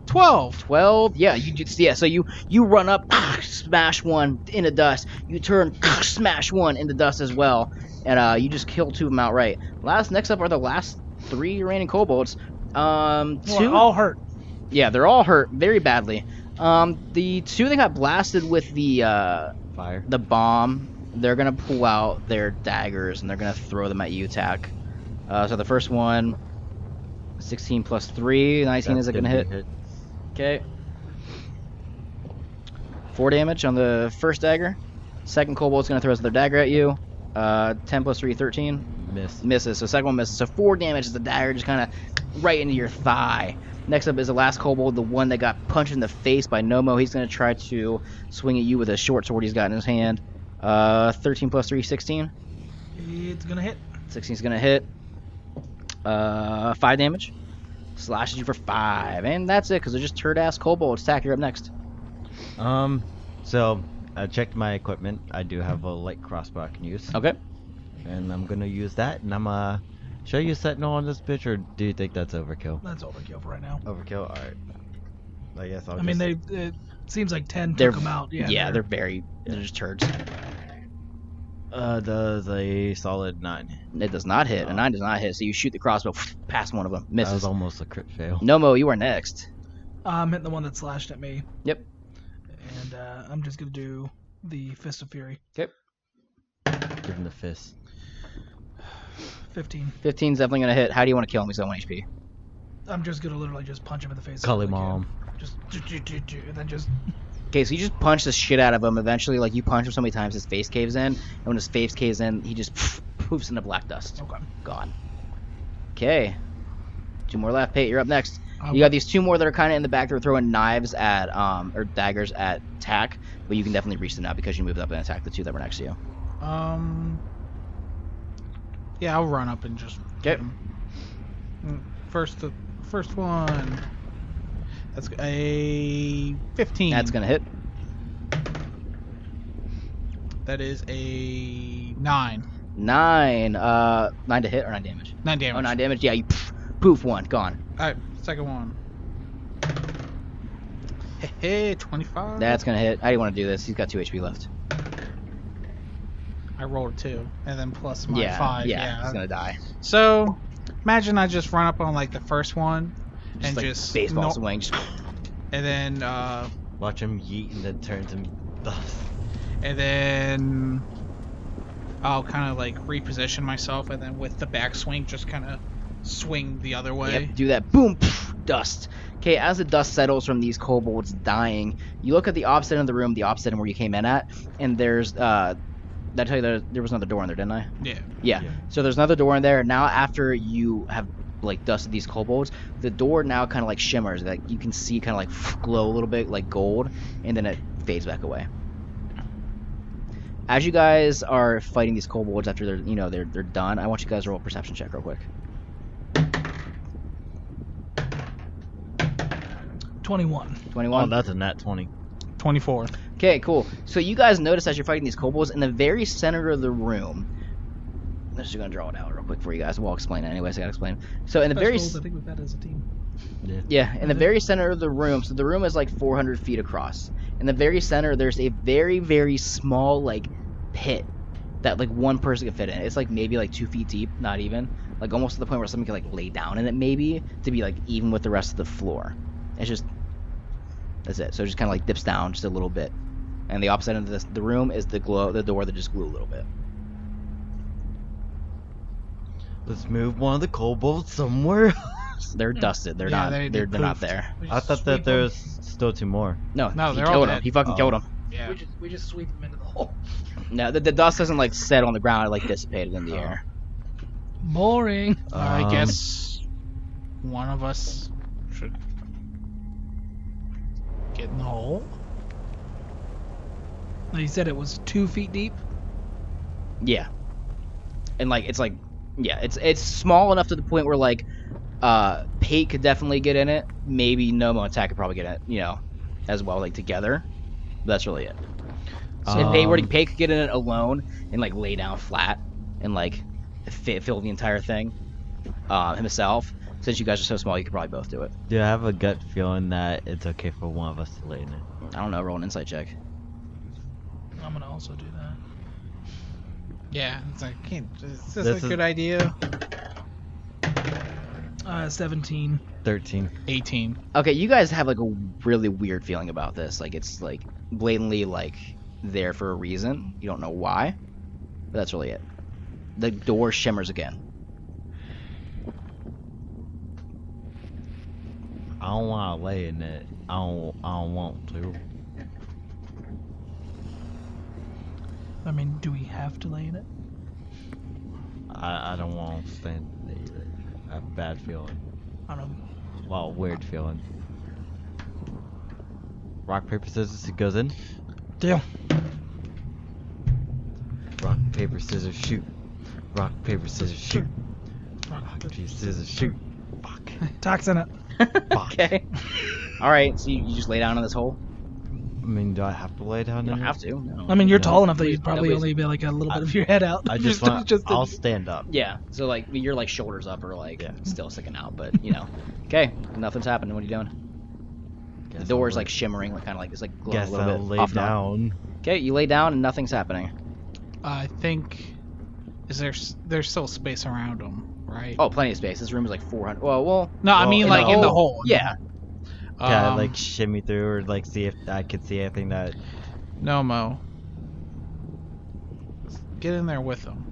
[SPEAKER 3] 12.
[SPEAKER 1] Twelve. Yeah. You just yeah. So you you run up, smash one into dust. You turn, smash one into dust as well, and uh, you just kill two of them outright. Last next up are the last three remaining kobolds. Um, two.
[SPEAKER 5] Well, all hurt.
[SPEAKER 1] Yeah, they're all hurt very badly. Um, the two that got blasted with the uh,
[SPEAKER 2] Fire.
[SPEAKER 1] the bomb, they're gonna pull out their daggers and they're gonna throw them at you, Tack. Uh, so the first one, 16 plus 3, 19 is
[SPEAKER 2] That's
[SPEAKER 1] it gonna
[SPEAKER 2] be
[SPEAKER 1] hit? Okay. Four damage on the first dagger. Second kobold's gonna throw his other dagger at you. Uh, 10 plus 3, 13
[SPEAKER 2] Miss.
[SPEAKER 1] misses. So second one misses. So four damage as the dagger just kind of right into your thigh. Next up is the last kobold, the one that got punched in the face by Nomo. He's going to try to swing at you with a short sword he's got in his hand. Uh, 13 plus 3, 16.
[SPEAKER 5] It's gonna hit.
[SPEAKER 1] 16's going to hit. Uh, 5 damage. Slashes you for 5. And that's it, because they're just turd ass kobolds. Tack, you're up next.
[SPEAKER 2] Um, so I checked my equipment. I do have a light crossbow I can use,
[SPEAKER 1] Okay.
[SPEAKER 2] and I'm gonna use that. And I'm uh, should I use sentinel on this bitch, or do you think that's overkill?
[SPEAKER 5] That's overkill for right now.
[SPEAKER 2] Overkill. All right. I guess I'll.
[SPEAKER 5] I mean,
[SPEAKER 2] Oh, just-
[SPEAKER 5] they. It seems like ten
[SPEAKER 1] They're-
[SPEAKER 5] took them out. Yeah.
[SPEAKER 1] they're very. They're just turds.
[SPEAKER 2] Uh, does a solid nine.
[SPEAKER 1] It does not hit. A 9 does not hit. So you shoot the crossbow past one of them.
[SPEAKER 2] That was
[SPEAKER 1] Misses.
[SPEAKER 2] almost a crit fail.
[SPEAKER 1] Nomo, you are next.
[SPEAKER 5] I'm hitting the one that slashed at me.
[SPEAKER 1] Yep.
[SPEAKER 5] And uh, I'm just gonna do the fist of fury.
[SPEAKER 2] Give him the fist.
[SPEAKER 5] Fifteen.
[SPEAKER 1] 15's definitely going to hit. How do you want to kill him? He's at 1 HP.
[SPEAKER 5] I'm just gonna literally just punch him in the face.
[SPEAKER 2] Call
[SPEAKER 5] if
[SPEAKER 2] him
[SPEAKER 5] I can.
[SPEAKER 2] mom.
[SPEAKER 5] Just do, do, do, do, and then just
[SPEAKER 1] Okay, so you just punch the shit out of him. Eventually, like, you punch him so many times, his face caves in. And when his face caves in, he just poofs into black dust.
[SPEAKER 5] okay.
[SPEAKER 1] Gone. Okay. Two more left. Pate, you're up next.
[SPEAKER 3] Oh,
[SPEAKER 1] You got these two more that are kind of in the back. They're throwing knives at, um, or daggers at Tack. But you can definitely reach them now because you moved up and attacked the two that were next to you.
[SPEAKER 3] Um. Yeah, I'll run up and just
[SPEAKER 1] Okay.
[SPEAKER 3] get him. Mm, First, the first one. That's a fifteen.
[SPEAKER 1] That's going to hit.
[SPEAKER 3] That is a nine.
[SPEAKER 1] Nine. Uh, nine to hit or nine damage?
[SPEAKER 3] Nine damage.
[SPEAKER 1] Oh, nine damage. Yeah, you poof one. Gone.
[SPEAKER 3] All right, second one. Hey, hey, twenty-five.
[SPEAKER 1] That's going to hit. I didn't want to do this. He's got two HP left.
[SPEAKER 3] I rolled a two, and then plus my
[SPEAKER 1] yeah,
[SPEAKER 3] five.
[SPEAKER 1] yeah,
[SPEAKER 3] Yeah.
[SPEAKER 1] he's going to die.
[SPEAKER 3] So, imagine I just run up on like the first one,
[SPEAKER 1] Just
[SPEAKER 3] and
[SPEAKER 1] like
[SPEAKER 3] just
[SPEAKER 1] baseball
[SPEAKER 3] no-
[SPEAKER 1] swing. Just
[SPEAKER 3] and then uh,
[SPEAKER 2] Watch him yeet and then turns him dust.
[SPEAKER 3] and then I'll kind of like reposition myself, and then with the backswing, just kind of swing the other way.
[SPEAKER 1] Yep, do that. Boom, pff, dust. Okay, as the dust settles from these kobolds dying, you look at the opposite end of the room, the opposite end where you came in at, and there's uh, did I tell you there, there was another door in there, didn't I?
[SPEAKER 3] Yeah.
[SPEAKER 1] Yeah.
[SPEAKER 2] Yeah.
[SPEAKER 1] So there's another door in there. Now after you have like dusted these kobolds, the door now kind of like shimmers. Like you can see kind of like glow a little bit like gold, and then it fades back away. As you guys are fighting these kobolds after they're you know they're they're done, I want you guys to roll a perception check real quick.
[SPEAKER 5] Twenty-one.
[SPEAKER 1] Twenty
[SPEAKER 2] Oh,
[SPEAKER 1] one.
[SPEAKER 2] that's a nat 20.
[SPEAKER 3] Twenty-four.
[SPEAKER 1] Okay, cool. So you guys notice as you're fighting these kobolds in the very center of the room. I'm just gonna draw it out real quick for you guys. Well, I'll explain it anyways. I gotta explain. So in the
[SPEAKER 5] Best
[SPEAKER 1] very
[SPEAKER 5] rolls
[SPEAKER 1] s-
[SPEAKER 5] I think we've had as a team.
[SPEAKER 1] yeah, in the
[SPEAKER 3] Mm-hmm.
[SPEAKER 5] Mhm.
[SPEAKER 1] very center of the room. So the room is like 400 feet across. In the very center, there's a very very small like pit that like one person could fit in. It's like maybe like two feet deep, not even. Like almost to the point where someone could like lay down in it maybe to be like even with the rest of the floor. It's just that's it. So it just kind of like dips down just a little bit. And the opposite end of this, the room is the glow, the door that just glue a little bit.
[SPEAKER 2] Let's move one of the kobolds somewhere.
[SPEAKER 1] They're dusted. They're
[SPEAKER 3] Hmm. Yeah,
[SPEAKER 1] not.
[SPEAKER 3] they-
[SPEAKER 1] They,
[SPEAKER 3] they
[SPEAKER 1] are they're not
[SPEAKER 3] poofed.
[SPEAKER 1] there.
[SPEAKER 5] We
[SPEAKER 2] I
[SPEAKER 5] just
[SPEAKER 2] thought
[SPEAKER 5] sweep
[SPEAKER 2] that
[SPEAKER 5] 'em.
[SPEAKER 2] there's still two more.
[SPEAKER 1] No,
[SPEAKER 3] No,
[SPEAKER 1] he
[SPEAKER 3] they're all
[SPEAKER 1] killed him.
[SPEAKER 3] dead.
[SPEAKER 1] He fucking
[SPEAKER 2] Oh.
[SPEAKER 1] killed him.
[SPEAKER 3] Yeah.
[SPEAKER 5] We just we just sweep him into the hole.
[SPEAKER 1] No, the, the dust doesn't like settle on the ground. It like dissipated
[SPEAKER 3] Oh.
[SPEAKER 1] in the air.
[SPEAKER 5] Boring.
[SPEAKER 3] I
[SPEAKER 2] Um,
[SPEAKER 3] guess one of us should get in the hole.
[SPEAKER 5] Now, you said it was two feet deep.
[SPEAKER 1] Yeah. And like it's like yeah, it's it's small enough to the point where like uh Pate could definitely get in it. Maybe Nomo and Tak could probably get in it, you know, as well, like together. But that's really it. So if Pate were to
[SPEAKER 2] Um,
[SPEAKER 1] Pate could get in it alone and like lay down flat and like fi fill the entire thing uh, himself. Since you guys are so small, you could probably both do it.
[SPEAKER 2] Do I have a gut feeling that it's okay for one of us to lay in it?
[SPEAKER 1] I don't know. Roll an insight check.
[SPEAKER 5] I'm gonna also do that.
[SPEAKER 3] Yeah, it's like, can't, is this,
[SPEAKER 2] This is-
[SPEAKER 3] a good idea?
[SPEAKER 5] Uh, 17.
[SPEAKER 2] 13.
[SPEAKER 3] 18.
[SPEAKER 1] Okay, you guys have like a really weird feeling about this. Like it's like blatantly like there for a reason. You don't know why, but that's really it. The door shimmers again.
[SPEAKER 2] I don't want to lay in it. I don't, I don't want to.
[SPEAKER 5] I mean, do we have to lay in it?
[SPEAKER 2] I, I don't want to stand in it either. I have a bad feeling.
[SPEAKER 5] I don't know.
[SPEAKER 2] Well, weird feeling. Rock, paper, scissors, it goes in.
[SPEAKER 5] Deal.
[SPEAKER 2] Rock, paper, scissors, shoot. Rock, paper, scissors, shoot. Rock,
[SPEAKER 5] Fuck.
[SPEAKER 2] paper, scissors, shoot. Fuck.
[SPEAKER 5] Tax in it.
[SPEAKER 2] Fuck.
[SPEAKER 1] okay. All right. So you, you just lay down in this hole.
[SPEAKER 2] I mean, do I have to lay down
[SPEAKER 1] You don't
[SPEAKER 2] in
[SPEAKER 1] have
[SPEAKER 2] it?
[SPEAKER 1] to. No.
[SPEAKER 5] I mean, you're
[SPEAKER 2] No.
[SPEAKER 5] tall enough that you'd
[SPEAKER 1] Nobody's-
[SPEAKER 5] probably only be like a little bit of your head out.
[SPEAKER 2] I just want. I'll stand up.
[SPEAKER 1] Yeah. So like you're like shoulders up or like
[SPEAKER 2] Yeah.
[SPEAKER 1] still sticking out, but you know. Okay. Nothing's happening. What are you doing? The
[SPEAKER 2] Guess
[SPEAKER 1] door is
[SPEAKER 2] I'll
[SPEAKER 1] like shimmering, like kind of like it's like glow-
[SPEAKER 2] lay- Guess
[SPEAKER 1] a little
[SPEAKER 2] I'll
[SPEAKER 1] bit
[SPEAKER 2] lay
[SPEAKER 1] off and on.
[SPEAKER 2] down.
[SPEAKER 1] Okay, you lay down and nothing's happening.
[SPEAKER 3] I think. Is there s- there's still space around them, right?
[SPEAKER 1] Oh, plenty of space. This room is like 400. Well, well.
[SPEAKER 3] no, I
[SPEAKER 2] well,
[SPEAKER 3] mean
[SPEAKER 2] in
[SPEAKER 3] like
[SPEAKER 2] the
[SPEAKER 3] in the
[SPEAKER 1] hole,
[SPEAKER 3] hole.
[SPEAKER 1] Yeah.
[SPEAKER 2] Yeah,
[SPEAKER 3] Um,
[SPEAKER 2] like shimmy through or like see if I could see anything that.
[SPEAKER 3] No, Mo. Get in there with them.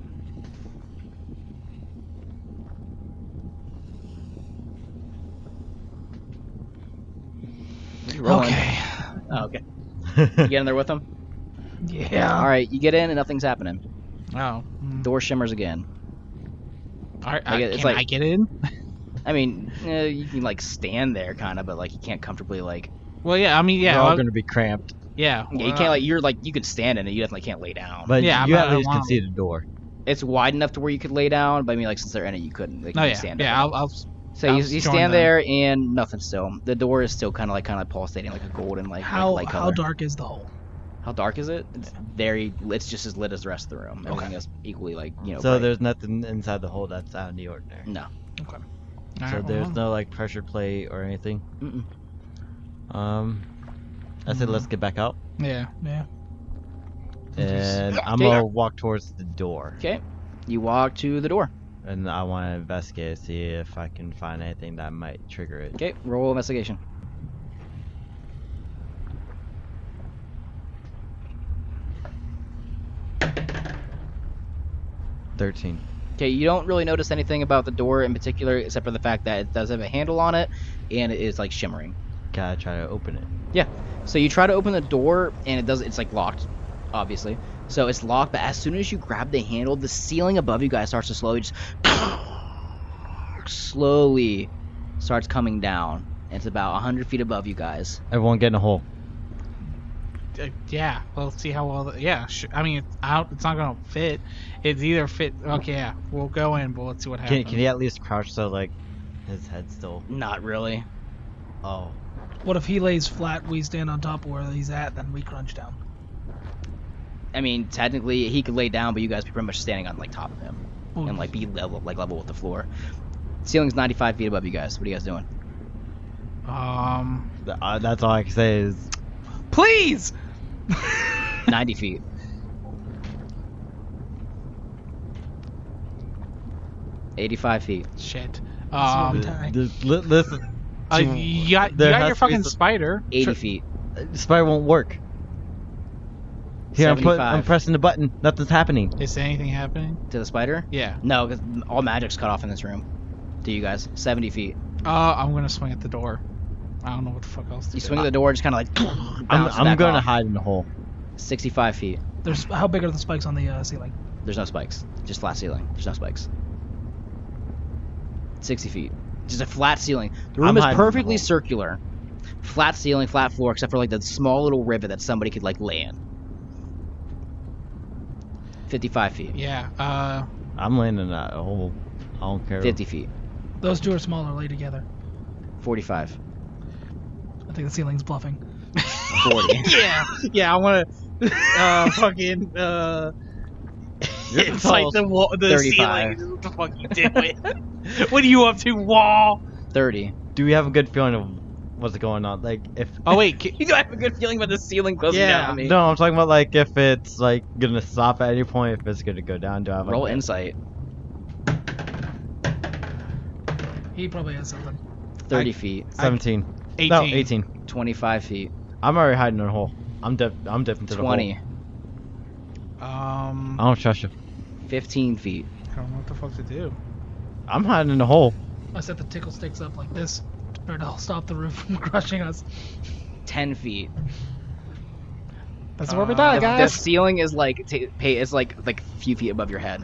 [SPEAKER 1] You're rolling.
[SPEAKER 5] Okay.
[SPEAKER 1] Oh, okay. You get in there with them. All
[SPEAKER 5] Yeah.
[SPEAKER 1] right. You get in and nothing's happening.
[SPEAKER 3] Oh. mm.
[SPEAKER 1] Door shimmers again.
[SPEAKER 3] I, I,
[SPEAKER 1] Like, it's
[SPEAKER 3] can
[SPEAKER 1] like-
[SPEAKER 3] I get in?
[SPEAKER 1] I mean, eh, you can like stand there kind of, but like you can't comfortably like
[SPEAKER 3] Well, yeah. I mean,
[SPEAKER 2] We're
[SPEAKER 3] yeah.
[SPEAKER 2] all
[SPEAKER 3] I'll-
[SPEAKER 2] gonna be cramped.
[SPEAKER 3] yeah.
[SPEAKER 1] yeah, you
[SPEAKER 3] well,
[SPEAKER 1] can't like you're like you can stand in it. You definitely can't lay down. But
[SPEAKER 2] But
[SPEAKER 3] Yeah,
[SPEAKER 2] you
[SPEAKER 3] I'm-
[SPEAKER 2] at
[SPEAKER 3] I
[SPEAKER 2] least can
[SPEAKER 3] want-
[SPEAKER 2] see the door.
[SPEAKER 1] it's wide enough to where you could lay down. But I mean, like since they're in it, you couldn't. Like,
[SPEAKER 3] No,
[SPEAKER 1] you
[SPEAKER 3] Oh, yeah.
[SPEAKER 1] stand
[SPEAKER 3] yeah.
[SPEAKER 1] up.
[SPEAKER 3] I'll, I'll.
[SPEAKER 1] so you,
[SPEAKER 3] I'll
[SPEAKER 1] you
[SPEAKER 3] join
[SPEAKER 1] stand
[SPEAKER 3] them.
[SPEAKER 1] there and nothing. Still, the door is still kind of like kind of pulsating like a golden like
[SPEAKER 5] How
[SPEAKER 1] like light
[SPEAKER 5] how
[SPEAKER 1] color.
[SPEAKER 5] dark is the hole?
[SPEAKER 1] How dark is it? It's very. It's just as lit as the rest of the room. Everything is equally like you know.
[SPEAKER 2] so
[SPEAKER 1] bright.
[SPEAKER 2] there's nothing inside the hole that's out of the ordinary.
[SPEAKER 3] All
[SPEAKER 2] So
[SPEAKER 3] right,
[SPEAKER 2] there's
[SPEAKER 3] well,
[SPEAKER 2] no like pressure plate or anything.
[SPEAKER 1] Mm-mm.
[SPEAKER 2] Um, I
[SPEAKER 1] Mm-hmm.
[SPEAKER 2] said let's get back out,
[SPEAKER 3] Yeah.
[SPEAKER 5] Yeah.
[SPEAKER 2] and I'm
[SPEAKER 1] Okay.
[SPEAKER 2] gonna walk towards the door,
[SPEAKER 1] Okay, you walk to the door.
[SPEAKER 2] and I want to investigate, see if I can find anything that might trigger it.
[SPEAKER 1] Okay, roll investigation.
[SPEAKER 2] Thirteen.
[SPEAKER 1] Okay, you don't really notice anything about the door in particular, except for the fact that it does have a handle on it, and it is like shimmering.
[SPEAKER 2] Gotta try to open it.
[SPEAKER 1] So you try to open the door, and it does. It's like locked, obviously. So it's locked. But as soon as you grab the handle, the ceiling above you guys starts to slowly just slowly starts coming down. It's about hundred feet above you guys.
[SPEAKER 2] Everyone get in a hole.
[SPEAKER 3] uh, yeah. We'll see how well. The, yeah. Sh- I mean, it's out. It's not gonna fit. It's either fit. Okay. Yeah. We'll go in, but let's see what
[SPEAKER 2] Can
[SPEAKER 3] happens.
[SPEAKER 2] can he at least crouch so like his head's still?
[SPEAKER 1] Not really.
[SPEAKER 2] Oh,
[SPEAKER 5] What if he lays flat, we stand on top of where he's at, then we crunch down?
[SPEAKER 1] I mean, technically he could lay down, but you guys be pretty much standing on like top of him and like be level, like level with the floor. Ceiling's ninety-five feet above you guys. What are you guys doing?
[SPEAKER 3] um.
[SPEAKER 2] Th- uh, that's all I can say is
[SPEAKER 5] Please!
[SPEAKER 1] Ninety feet. Eighty-five feet.
[SPEAKER 3] Shit.
[SPEAKER 5] what
[SPEAKER 3] Um.
[SPEAKER 5] we die.
[SPEAKER 2] Just li- listen.
[SPEAKER 3] Uh,
[SPEAKER 2] to-
[SPEAKER 3] you got, you
[SPEAKER 2] there
[SPEAKER 3] got
[SPEAKER 2] has to
[SPEAKER 3] your
[SPEAKER 2] be
[SPEAKER 3] fucking
[SPEAKER 2] some-
[SPEAKER 3] spider.
[SPEAKER 1] Eighty
[SPEAKER 2] Sure.
[SPEAKER 1] feet.
[SPEAKER 2] uh, Spider won't work. Here I'm, put, I'm
[SPEAKER 1] 75.
[SPEAKER 2] pressing the button. Nothing's happening.
[SPEAKER 3] Is anything happening?
[SPEAKER 1] to the spider.
[SPEAKER 3] Yeah.
[SPEAKER 1] No, 'cause all magic's cut off in this room. To you guys, seventy feet.
[SPEAKER 3] Uh, I'm gonna swing at the door. I don't know what the fuck else to
[SPEAKER 1] You
[SPEAKER 3] do. Uh,
[SPEAKER 1] swing at the door, and just kind of like.
[SPEAKER 2] I'm,
[SPEAKER 1] bounce
[SPEAKER 2] I'm
[SPEAKER 1] back
[SPEAKER 2] going to
[SPEAKER 1] off.
[SPEAKER 2] hide in the hole.
[SPEAKER 1] Sixty-five feet.
[SPEAKER 5] There's how big are the spikes on the uh, ceiling?
[SPEAKER 1] There's no spikes. Just flat ceiling. There's no spikes. 60 feet. Just a flat ceiling. The room
[SPEAKER 2] I'm
[SPEAKER 1] is
[SPEAKER 2] hiding in the
[SPEAKER 1] perfectly
[SPEAKER 2] hole.
[SPEAKER 1] circular. Flat ceiling, flat floor, except for like the small little rivet that somebody could like lay in. 55 feet.
[SPEAKER 3] Yeah. Uh,
[SPEAKER 2] I'm landing at a hole. I don't care.
[SPEAKER 1] 50 feet.
[SPEAKER 5] Those two are smaller, lay together.
[SPEAKER 1] 45.
[SPEAKER 5] I think the ceiling's bluffing.
[SPEAKER 1] 40.
[SPEAKER 3] yeah. Yeah. I want to uh, fucking uh,
[SPEAKER 2] You're the
[SPEAKER 3] it's like
[SPEAKER 2] tallest-
[SPEAKER 3] the wall, the
[SPEAKER 1] 35.
[SPEAKER 3] ceiling. What the fuck you doing? what are you up to, wall?
[SPEAKER 1] 30.
[SPEAKER 2] Do we have a good feeling of what's going on? Like if
[SPEAKER 3] Oh wait, ca-
[SPEAKER 1] You don't have a good feeling about the ceiling closing
[SPEAKER 3] Yeah.
[SPEAKER 1] down on me.
[SPEAKER 2] no, I'm talking about like if it's like gonna stop at any point, if it's gonna go down. Do I have
[SPEAKER 1] Roll
[SPEAKER 2] like,
[SPEAKER 1] insight.
[SPEAKER 5] He probably has something.
[SPEAKER 1] 30 feet.
[SPEAKER 2] 17?
[SPEAKER 3] 18.
[SPEAKER 2] No, 18.
[SPEAKER 1] 25 feet.
[SPEAKER 2] I'm already hiding in a hole. I'm dip. I'm dipping to the hole.
[SPEAKER 1] 20.
[SPEAKER 3] Um,
[SPEAKER 2] I don't trust you.
[SPEAKER 1] 15 feet.
[SPEAKER 3] I don't know what the fuck to do.
[SPEAKER 2] I'm hiding in a hole.
[SPEAKER 5] I set the tickle sticks up like this, or it'll stop the roof from crushing us.
[SPEAKER 1] 10 feet.
[SPEAKER 3] That's
[SPEAKER 5] where we die,
[SPEAKER 1] The,
[SPEAKER 5] guys.
[SPEAKER 1] the ceiling is like t- pay is like like a few feet above your head.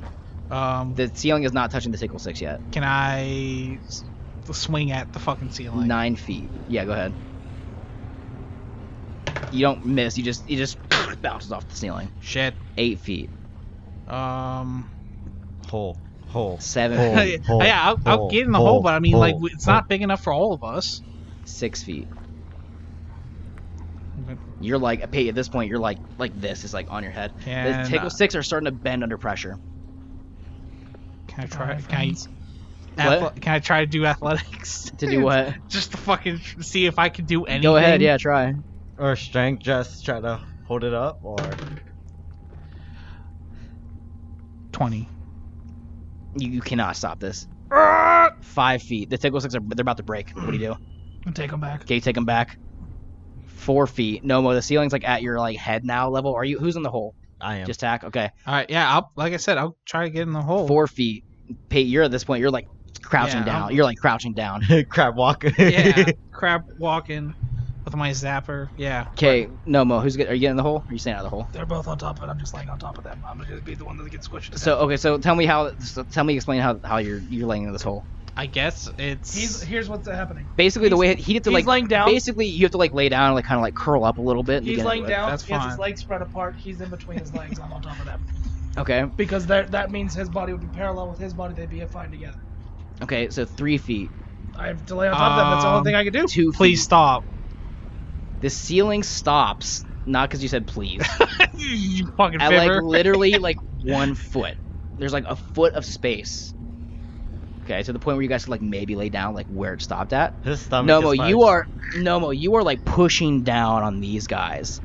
[SPEAKER 3] Um,
[SPEAKER 1] The ceiling is not touching the tickle six yet.
[SPEAKER 3] can I s- swing at the fucking ceiling?
[SPEAKER 1] Nine feet. Yeah, go ahead. You don't miss. You just you just bounces off the ceiling.
[SPEAKER 3] Shit.
[SPEAKER 1] Eight feet.
[SPEAKER 3] Um.
[SPEAKER 2] Hole. Hole.
[SPEAKER 1] Seven.
[SPEAKER 2] Hole.
[SPEAKER 1] feet.
[SPEAKER 3] yeah, I'll, I'll
[SPEAKER 2] hole,
[SPEAKER 3] get in the hole,
[SPEAKER 2] hole,
[SPEAKER 3] but I mean, like,
[SPEAKER 2] hole,
[SPEAKER 3] it's not big enough for all of us.
[SPEAKER 1] Six feet.
[SPEAKER 3] Okay.
[SPEAKER 1] You're like Pate. At this point, you're like like this. It's like on your head.
[SPEAKER 3] Can,
[SPEAKER 1] the tickle
[SPEAKER 3] uh,
[SPEAKER 1] six are starting to bend under pressure.
[SPEAKER 3] can I try?
[SPEAKER 5] Alright,
[SPEAKER 3] Can I,
[SPEAKER 5] friends.
[SPEAKER 1] What?
[SPEAKER 3] athle- can I try to do athletics
[SPEAKER 1] To do what?
[SPEAKER 3] Just to fucking see if I can do anything.
[SPEAKER 1] Go ahead. Yeah, try.
[SPEAKER 2] Or strength, just try to hold it up, or
[SPEAKER 3] Twenty.
[SPEAKER 1] You, you cannot stop this.
[SPEAKER 3] Ah!
[SPEAKER 1] Five feet. The tickle six are they're about to break. What do you do?
[SPEAKER 5] And take them back.
[SPEAKER 1] Okay, you take them back. Four feet. No more. The ceiling's like at your like head now level. Are you? Who's in the hole?
[SPEAKER 2] I am.
[SPEAKER 1] Just tack. Okay.
[SPEAKER 3] All right. Yeah. I'll, like I said, I'll try to get in the hole.
[SPEAKER 1] Four feet. Pate, you're at this point. You're like crouching
[SPEAKER 3] Yeah,
[SPEAKER 1] down.
[SPEAKER 3] I'm-
[SPEAKER 1] You're like crouching down.
[SPEAKER 2] crab walk.
[SPEAKER 3] Yeah. crab walking with my zapper. Yeah.
[SPEAKER 1] Okay, Nomo, who's get, are you getting in the hole? Are you staying out of the hole?
[SPEAKER 5] They're both on top of it. I'm just laying on top of them. I'm gonna be the one that gets squished. to
[SPEAKER 1] So okay, so tell me how. So tell me, explain how, how you're you're laying in this hole.
[SPEAKER 3] I guess it's.
[SPEAKER 5] death. He's here's what's happening.
[SPEAKER 1] Basically, the way he had to
[SPEAKER 5] He's
[SPEAKER 1] like
[SPEAKER 5] laying down.
[SPEAKER 1] basically you have to like lay down and like kind of like curl up a little bit. and
[SPEAKER 5] He's
[SPEAKER 1] get
[SPEAKER 5] laying
[SPEAKER 1] into it.
[SPEAKER 5] down.
[SPEAKER 3] That's
[SPEAKER 5] he has his
[SPEAKER 3] fine.
[SPEAKER 5] legs spread apart. He's in between his legs. I'm on top of them.
[SPEAKER 1] Okay,
[SPEAKER 5] Because that that means his body would be parallel with his body. They'd be fine together.
[SPEAKER 1] okay, so three feet,
[SPEAKER 5] I have to lay on top of them. That's the only
[SPEAKER 3] Um,
[SPEAKER 5] thing I can do.
[SPEAKER 1] two.
[SPEAKER 3] please
[SPEAKER 1] feet.
[SPEAKER 3] stop.
[SPEAKER 1] the ceiling stops not because you said please.
[SPEAKER 3] you fucking
[SPEAKER 1] at like
[SPEAKER 3] fibber.
[SPEAKER 1] literally like one foot. There's like a foot of space. Okay, to the point where you guys could like maybe lay down like where it stopped at.
[SPEAKER 2] His stomach.
[SPEAKER 1] Nomo,
[SPEAKER 2] is
[SPEAKER 1] you
[SPEAKER 2] fine.
[SPEAKER 1] are Nomo, you are like pushing down on these guys.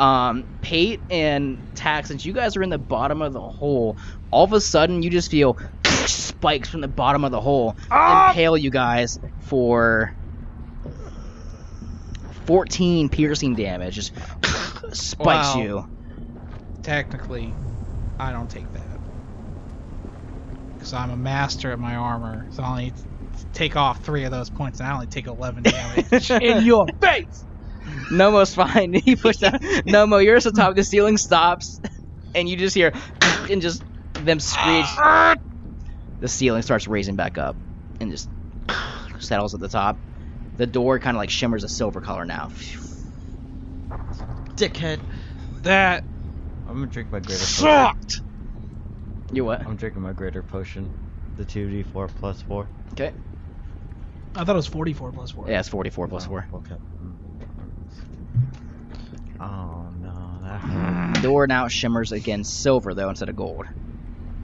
[SPEAKER 1] Um, Pate and Tax, since you guys are in the bottom of the hole, all of a sudden you just feel spikes from the bottom of the hole impale you guys for 14 piercing damage. Just spikes
[SPEAKER 3] Wow.
[SPEAKER 1] you.
[SPEAKER 3] Technically, I don't take that because I'm a master at my armor. So I only t- take off three of those points, and I only take 11 damage.
[SPEAKER 5] in your face.
[SPEAKER 1] Nomo's fine. He pushed down. Nomo, you're at the top. The ceiling stops, and you just hear and just them screech. The ceiling starts raising back up, and just settles at the top. The door kind of like shimmers a silver color now.
[SPEAKER 2] dickhead.
[SPEAKER 3] that
[SPEAKER 2] I'm gonna drink my greater. Potion.
[SPEAKER 3] sucked.
[SPEAKER 1] You what?
[SPEAKER 2] I'm drinking my greater potion. The two D four plus four.
[SPEAKER 1] Okay.
[SPEAKER 5] I thought it was 44 plus four.
[SPEAKER 1] Yeah, it's 44 plus
[SPEAKER 2] Oh,
[SPEAKER 1] 4.
[SPEAKER 2] Okay. Oh no, that hurt.
[SPEAKER 1] The door now shimmers again silver though instead of gold.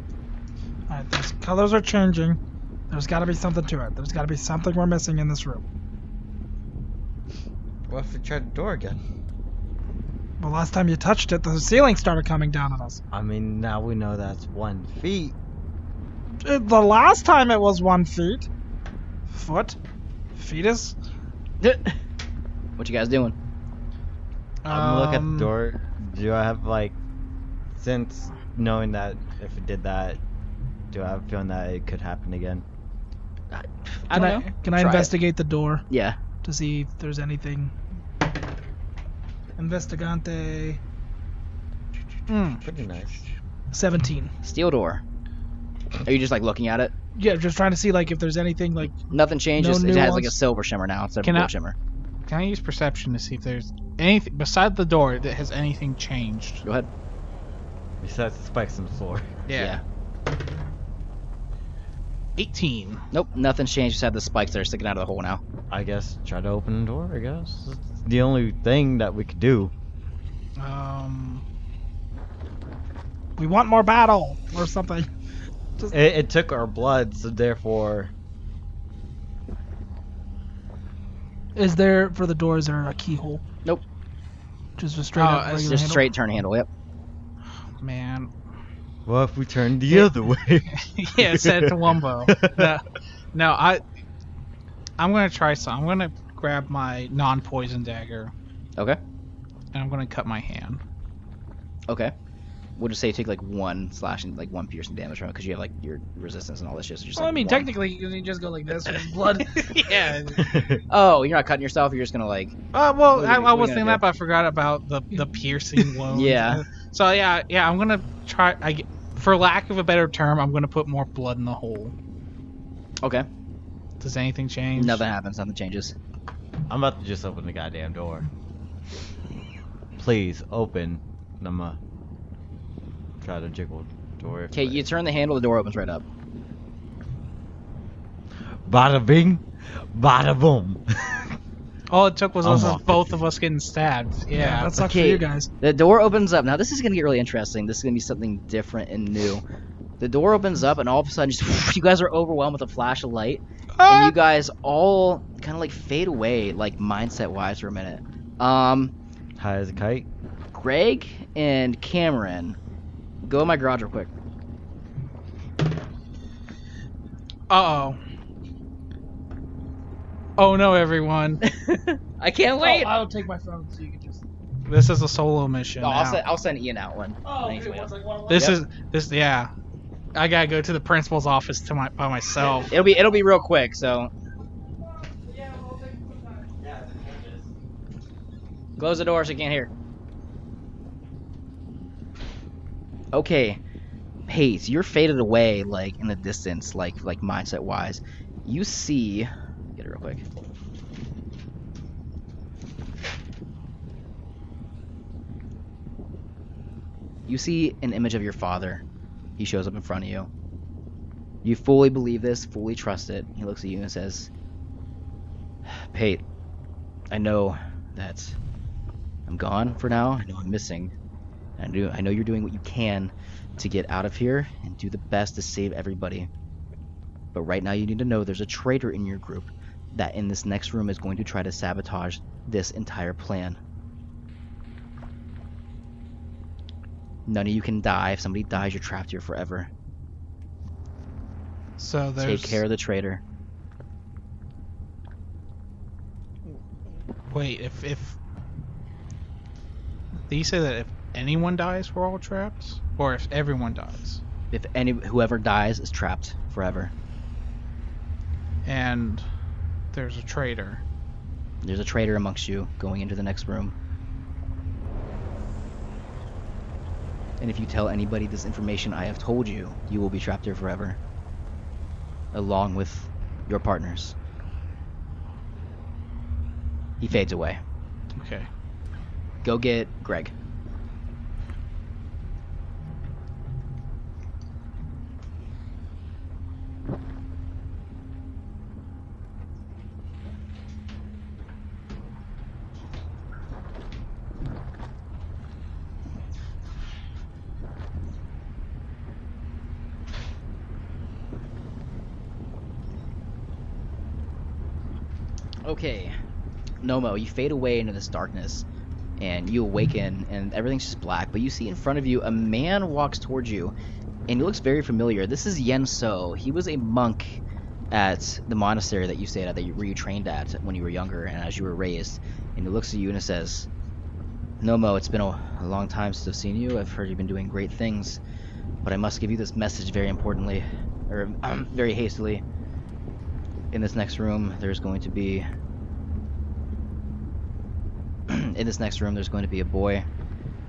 [SPEAKER 5] Alright, those colors are changing. There's got to be something to it. There's got to be something we're missing in this room.
[SPEAKER 2] What if we tried the door again?
[SPEAKER 5] Well, last time you touched it, the ceiling started coming down on us.
[SPEAKER 2] I mean, now we know that's one feet.
[SPEAKER 5] Uh, The last time it was one feet, foot, fetus.
[SPEAKER 1] What you guys doing?
[SPEAKER 2] I'm gonna look at
[SPEAKER 3] Um,
[SPEAKER 2] the door. Do I have like, since knowing that if it did that, do I have a feeling that it could happen again?
[SPEAKER 1] I
[SPEAKER 5] Um,
[SPEAKER 1] don't
[SPEAKER 5] Can
[SPEAKER 1] know.
[SPEAKER 5] Can I
[SPEAKER 1] Try it.
[SPEAKER 5] investigate the door
[SPEAKER 1] Yeah.
[SPEAKER 5] to see if there's anything? Investigante
[SPEAKER 3] hmm.
[SPEAKER 2] Pretty nice.
[SPEAKER 5] 17.
[SPEAKER 1] Steel door. Are you just like looking at it?
[SPEAKER 5] Yeah, just trying to see like if there's anything like
[SPEAKER 1] Nothing changes.
[SPEAKER 5] No
[SPEAKER 1] it has like a
[SPEAKER 5] nuance.
[SPEAKER 1] silver shimmer now instead of
[SPEAKER 3] Can
[SPEAKER 1] gold
[SPEAKER 3] I-
[SPEAKER 1] shimmer.
[SPEAKER 3] Can I use perception to see if there's anything beside the door that has anything changed?
[SPEAKER 1] Go ahead.
[SPEAKER 2] Besides the spikes in the floor.
[SPEAKER 3] Yeah. 18.
[SPEAKER 1] Nope, nothing's changed. Just have the spikes that are sticking out of the hole now.
[SPEAKER 2] I guess try to open the door, I guess. It's the only thing that we could do.
[SPEAKER 5] Um, we want more battle or something.
[SPEAKER 2] It, it took our blood, so therefore.
[SPEAKER 5] Is there for the door? Is there a keyhole?
[SPEAKER 1] Nope.
[SPEAKER 5] Just a straight
[SPEAKER 3] Oh, it's
[SPEAKER 5] up regular
[SPEAKER 1] It's
[SPEAKER 5] handle?
[SPEAKER 1] just straight turn handle. Yep.
[SPEAKER 3] Man.
[SPEAKER 2] Well, if we turn the other way.
[SPEAKER 3] yeah, said Toowoomba. no, no, I. I'm gonna try some. I'm gonna grab my non-poison dagger
[SPEAKER 1] Okay.
[SPEAKER 3] and I'm gonna cut my hand.
[SPEAKER 1] Okay. We'll just say you take like one slashing, like one piercing damage from it because you have like your resistance and all this shit. So just,
[SPEAKER 5] Well, I
[SPEAKER 1] like,
[SPEAKER 5] mean,
[SPEAKER 1] one.
[SPEAKER 5] technically, you can just go like this with blood.
[SPEAKER 3] yeah.
[SPEAKER 1] Oh, you're not cutting yourself. You're just gonna like.
[SPEAKER 3] Uh, well,
[SPEAKER 1] What
[SPEAKER 3] I,
[SPEAKER 1] are we-
[SPEAKER 3] I
[SPEAKER 1] we
[SPEAKER 3] was
[SPEAKER 1] gonna
[SPEAKER 3] thinking
[SPEAKER 1] do?
[SPEAKER 3] that, but I forgot about the the piercing wound.
[SPEAKER 1] Yeah.
[SPEAKER 3] So yeah, yeah, I'm gonna try. I, g- for lack of a better term, I'm gonna put more blood in the hole.
[SPEAKER 1] Okay.
[SPEAKER 3] Does anything change?
[SPEAKER 1] Nothing happens. Nothing changes.
[SPEAKER 2] I'm about to just open the goddamn door. Please open. And I'm gonna try to jiggle the door.
[SPEAKER 1] Okay, you turn the handle. The door opens right up.
[SPEAKER 2] Bada bing, bada boom.
[SPEAKER 3] All it took was
[SPEAKER 2] I'm
[SPEAKER 3] us,
[SPEAKER 2] walking.
[SPEAKER 3] both of us getting stabbed. Yeah.
[SPEAKER 5] yeah, that sucks for
[SPEAKER 1] Okay.
[SPEAKER 5] you guys.
[SPEAKER 1] The door opens up. Now this is gonna get really interesting. This is gonna be something different and new. The door opens up, and all of a sudden, just, you guys are overwhelmed with a flash of light,
[SPEAKER 5] Ah!
[SPEAKER 1] and you guys all kind of like fade away, like mindset wise, for a minute. Um,
[SPEAKER 2] High as a kite.
[SPEAKER 1] Greg and Cameron, go in my garage real quick.
[SPEAKER 3] Uh oh. Oh no, everyone!
[SPEAKER 1] I can't
[SPEAKER 5] Oh, I'll take my phone so you can just.
[SPEAKER 3] This is a solo mission.
[SPEAKER 1] No, I'll
[SPEAKER 3] now.
[SPEAKER 1] send I'll send Ian out one.
[SPEAKER 5] Oh,
[SPEAKER 1] Thanks,
[SPEAKER 5] okay,
[SPEAKER 1] man.
[SPEAKER 5] one's like one on one.
[SPEAKER 3] This is this. Yeah. I gotta go to the principal's office to my by myself.
[SPEAKER 1] It'll be it'll be real quick. So close the door so you can't hear. Okay, Hayes, you're faded away like in the distance, like like mindset wise. You see, get it real quick. You see an image of your father. He shows up in front of you. You fully believe this, fully trust it. He looks at you and says, Pate, I know that I'm gone for now. I know I'm missing. I knew I know you're doing what you can to get out of here and do the best to save everybody. But right now you need to know there's a traitor in your group that in this next room is going to try to sabotage this entire plan. None of you can die. If somebody dies, you're trapped here forever.
[SPEAKER 3] So there's.
[SPEAKER 1] Take care of the traitor.
[SPEAKER 3] Wait, if if did you say that if anyone dies, we're all trapped, or if everyone dies,
[SPEAKER 1] If any whoever dies is trapped forever.
[SPEAKER 3] and there's a traitor.
[SPEAKER 1] There's a traitor amongst you going into the next room. And if you tell anybody this information I have told you, you will be trapped here forever. Along with your partners. He fades away.
[SPEAKER 3] Okay.
[SPEAKER 1] Go get Greg. Okay. Nomo, you fade away into this darkness and you awaken and everything's just black but you see in front of you a man walks towards you and he looks very familiar this is yen so he was a monk at the monastery that you stayed at that you, where you trained at when you were younger and as you were raised and he looks at you and he says nomo it's been a, a long time since i've seen you i've heard you've been doing great things but i must give you this message very importantly or very hastily in this next room there's going to be in this next room, there's going to be a boy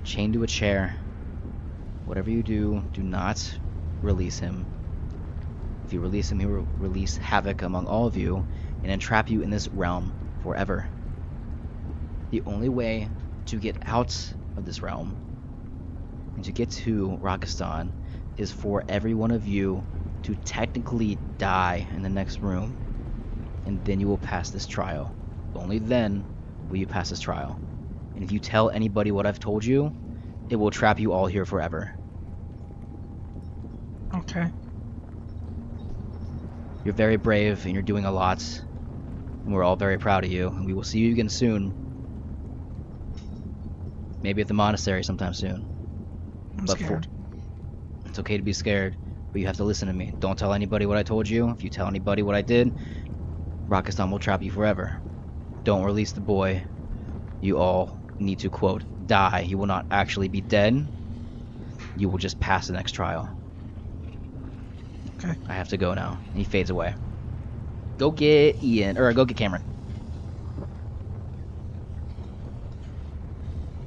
[SPEAKER 1] chained to a chair. Whatever you do, do not release him. If you release him, he will release havoc among all of you and entrap you in this realm forever. The only way to get out of this realm and to get to Rakistan is for every one of you to technically die in the next room, and then you will pass this trial. Only then will you pass this trial. And if you tell anybody what I've told you, it will trap you all here forever.
[SPEAKER 5] Okay.
[SPEAKER 1] You're very brave and you're doing a lot. And we're all very proud of you, and we will see you again soon. Maybe at the monastery sometime soon.
[SPEAKER 5] I'm
[SPEAKER 1] But for-
[SPEAKER 5] scared.
[SPEAKER 1] It's okay to be scared, but you have to listen to me. Don't tell anybody what I told you. If you tell anybody what I did, Rakistan will trap you forever. Don't release the boy. You all need to, quote, die. You will not actually be dead. You will just pass the next trial.
[SPEAKER 5] Okay.
[SPEAKER 1] I have to go now. And he fades away. Go get Ian, or go get Cameron.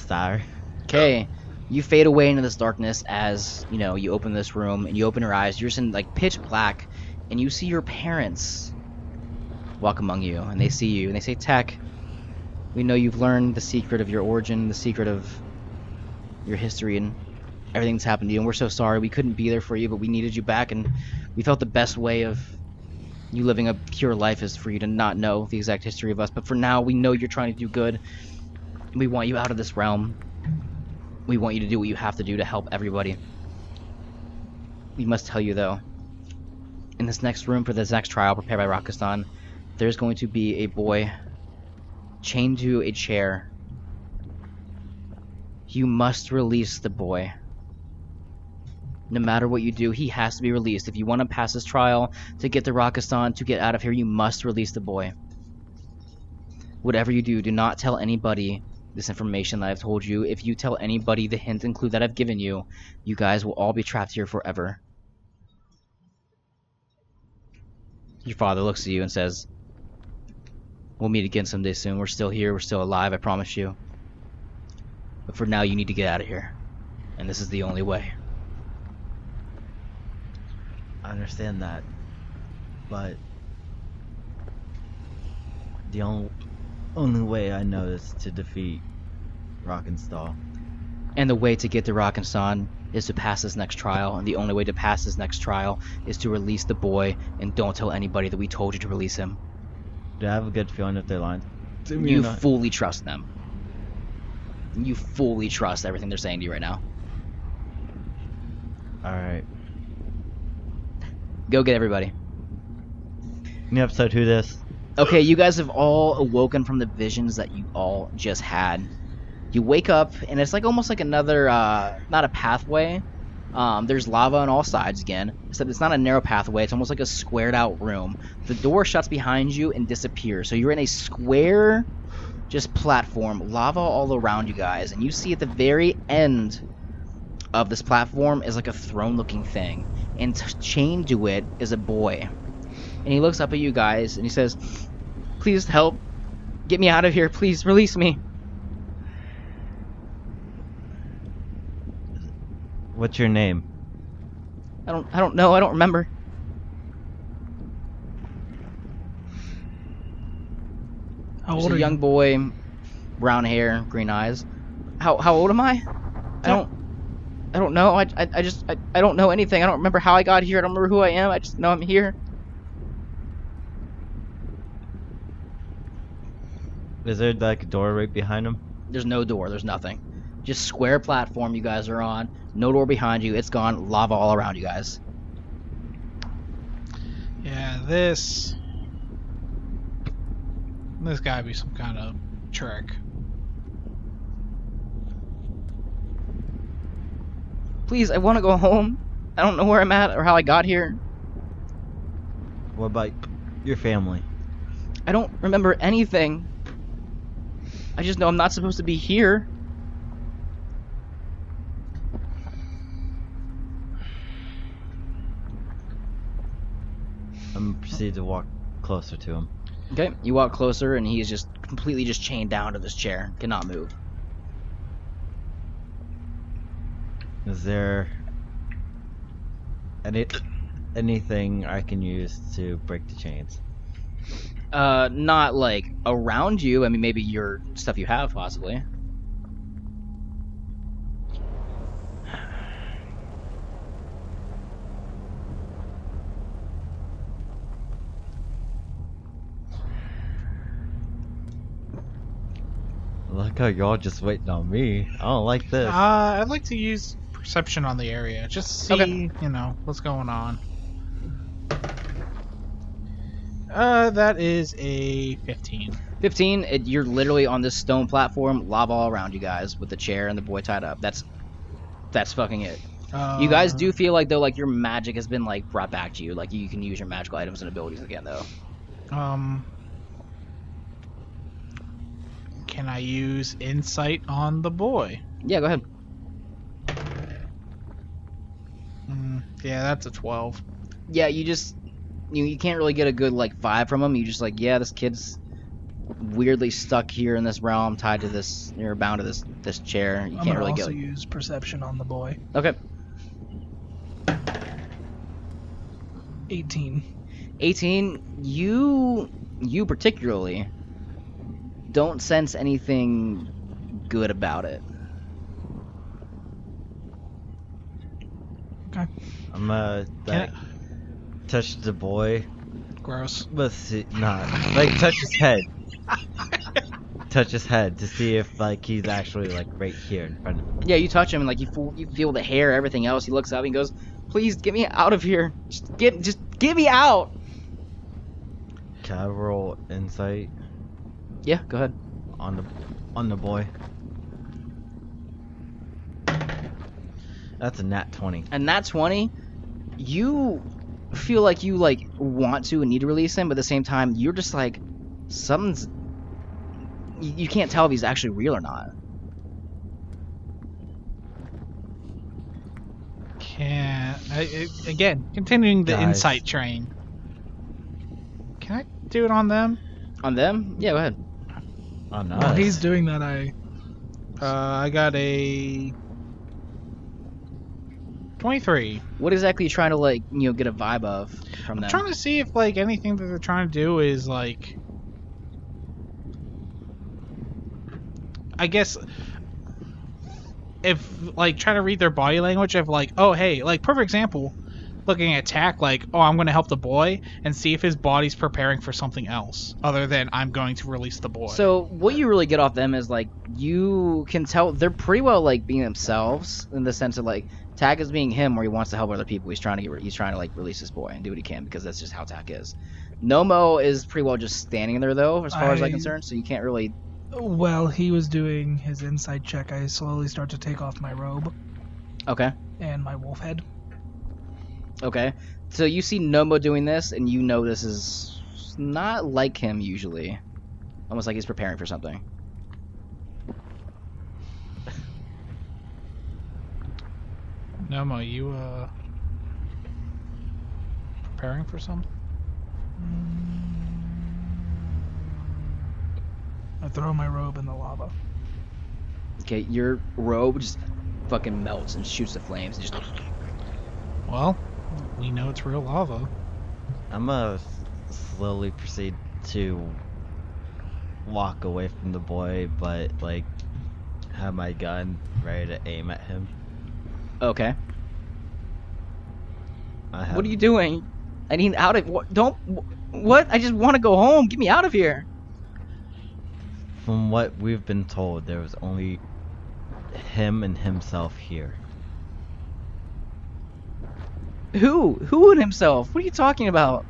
[SPEAKER 2] Sorry.
[SPEAKER 1] Okay. You fade away into this darkness as, you know, you open this room and you open your eyes. You're just in like pitch black and you see your parents walk among you and they see you and they say, Tech, we know you've learned the secret of your origin, the secret of your history and everything that's happened to you and we're so sorry we couldn't be there for you but we needed you back and we felt the best way of you living a pure life is for you to not know the exact history of us but for now we know you're trying to do good and we want you out of this realm we want you to do what you have to do to help everybody. We must tell you though, in this next room for this next trial prepared by Rakistan, there's going to be a boy chained to a chair. You must release the boy. No matter what you do, he has to be released. If you want to pass this trial to get to Rakistan, to get out of here, you must release the boy. Whatever you do, do not tell anybody this information that I've told you. If you tell anybody the hint and clue that I've given you, you guys will all be trapped here forever. Your father looks at you and says, We'll meet again someday soon. We're still here. We're still alive. I promise you. But for now, you need to get out of here. And this is the only way.
[SPEAKER 2] I understand that, but the only only way I know is to defeat Rock and Stall.
[SPEAKER 1] And the way to get to Rakansan is to pass this next trial, and the only way to pass this next trial is to release the boy, and don't tell anybody that we told you to release him.
[SPEAKER 2] Do I have a good feeling if they're lying?
[SPEAKER 1] You fully trust them. You fully trust everything they're saying to you right now.
[SPEAKER 2] All right.
[SPEAKER 1] Go get everybody.
[SPEAKER 2] New episode. Who this?
[SPEAKER 1] Okay, you guys have all awoken from the visions that you all just had. You wake up, and it's like almost like another, uh, not a pathway. Um, there's lava on all sides again, except it's not a narrow pathway. It's almost like a squared out room. The door shuts behind you and disappears. So you're in a square, just platform, lava all around you guys, and you see at the very end of this platform is like a throne looking thing, and t- chained to it is a boy. And he looks up at you guys and he says, Please help. Get me out of here. Please release me.
[SPEAKER 2] What's your name?
[SPEAKER 1] I don't I don't know. I don't remember.
[SPEAKER 5] How
[SPEAKER 1] Just
[SPEAKER 5] old
[SPEAKER 1] a
[SPEAKER 5] are
[SPEAKER 1] young
[SPEAKER 5] you?
[SPEAKER 1] boy, brown hair, green eyes. How how old am I? I don't I don't know. I, I, I just I, I don't know anything. I don't remember how I got here. I don't remember who I am. I just know I'm here.
[SPEAKER 2] Is there like a door right behind him?
[SPEAKER 1] There's no door. There's nothing. Just square platform you guys are on. No door behind you. It's gone. Lava all around you guys.
[SPEAKER 3] Yeah, this. This gotta be some kind of trick.
[SPEAKER 1] Please, I want to go home. I don't know where I'm at or how I got here.
[SPEAKER 2] What about your family?
[SPEAKER 1] I don't remember anything. I just know I'm not supposed to be here.
[SPEAKER 2] I'm gonna proceed to walk closer to him.
[SPEAKER 1] Okay, you walk closer, and he's just completely just chained down to this chair, cannot move.
[SPEAKER 2] Is there any anything I can use to break the chains?
[SPEAKER 1] Uh, not like around you. I mean, maybe your stuff you have, possibly.
[SPEAKER 2] like how y'all just waiting on me. I don't like this.
[SPEAKER 3] Uh, I'd like to use perception on the area, just to see,
[SPEAKER 1] Okay.
[SPEAKER 3] you know, what's going on. Uh, that is a 15.
[SPEAKER 1] 15, it, you're literally on this stone platform, lava all around you guys, with the chair and the boy tied up. That's that's fucking it.
[SPEAKER 3] Uh,
[SPEAKER 1] you guys do feel like though, like your magic has been like brought back to you. Like you can use your magical items and abilities again though.
[SPEAKER 3] Um, can I use insight on the boy?
[SPEAKER 1] Yeah, go ahead.
[SPEAKER 3] Mm, yeah, that's a 12.
[SPEAKER 1] Yeah, you just you, you can't really get a good like vibe from him. You just like, yeah, this kid's weirdly stuck here in this realm, tied to this, you're bound to this this chair. You
[SPEAKER 5] I'm
[SPEAKER 1] can't
[SPEAKER 5] gonna
[SPEAKER 1] really
[SPEAKER 5] also
[SPEAKER 1] go.
[SPEAKER 5] use perception on the boy.
[SPEAKER 1] Okay,
[SPEAKER 5] 18.
[SPEAKER 1] 18. You you particularly don't sense anything good about it.
[SPEAKER 2] I'm gonna
[SPEAKER 3] Can
[SPEAKER 2] touch the boy.
[SPEAKER 3] Gross.
[SPEAKER 2] Let's see, not like touch his head. touch his head to see if like he's actually like right here in front of me.
[SPEAKER 1] Yeah, you touch him and like you feel, you feel the hair, everything else. He looks up and goes, "Please get me out of here. Just get just get me out."
[SPEAKER 2] Can I roll insight
[SPEAKER 1] Yeah, go ahead.
[SPEAKER 2] on the on the boy? That's a nat twenty.
[SPEAKER 1] and that 20 you feel like you like want to and need to release him but at the same time you're just like something's you, you can't tell if he's actually real or not
[SPEAKER 3] Can I, I- again continuing the
[SPEAKER 2] Guys.
[SPEAKER 3] insight train? Can I do it on them?
[SPEAKER 1] on them yeah go ahead
[SPEAKER 2] On
[SPEAKER 5] While
[SPEAKER 2] us.
[SPEAKER 5] he's doing that, I
[SPEAKER 3] Uh, I got a twenty-three.
[SPEAKER 1] what exactly are you trying to like you know get a vibe of from
[SPEAKER 3] I'm
[SPEAKER 1] them
[SPEAKER 3] trying to see if like anything that they're trying to do is like I guess if like trying to read their body language of like oh hey like perfect example looking at attack like oh I'm going to help the boy and see if his body's preparing for something else other than I'm going to release the boy.
[SPEAKER 1] so what you really get off them is like you can tell they're pretty well like being themselves in the sense of like Tack is being him where he wants to help other people. He's trying to get re- he's trying to like release this boy and do what he can because that's just how Tack is. Nomo is pretty well just standing there though, as far as I'm
[SPEAKER 5] I-
[SPEAKER 1] concerned, so you can't really
[SPEAKER 5] while he was doing his inside check, I slowly start to take off my robe
[SPEAKER 1] Okay.
[SPEAKER 5] and my wolf head.
[SPEAKER 1] Okay. So you see Nomo doing this and you know this is not like him usually. Almost like he's preparing for something.
[SPEAKER 3] Nomo, you uh preparing for something?
[SPEAKER 5] I throw my robe in the lava.
[SPEAKER 1] Okay, your robe just fucking melts and shoots the flames and just
[SPEAKER 3] Well, we know it's real lava.
[SPEAKER 2] I'm gonna s- slowly proceed to walk away from the boy, but like have my gun ready to aim at him.
[SPEAKER 1] Okay.
[SPEAKER 2] I have,
[SPEAKER 1] What are you doing? I need out of what don't wh- what? I just want to go home. Get me out of here.
[SPEAKER 2] From what we've been told, there was only him and himself here.
[SPEAKER 1] Who? Who and himself? What are you talking about?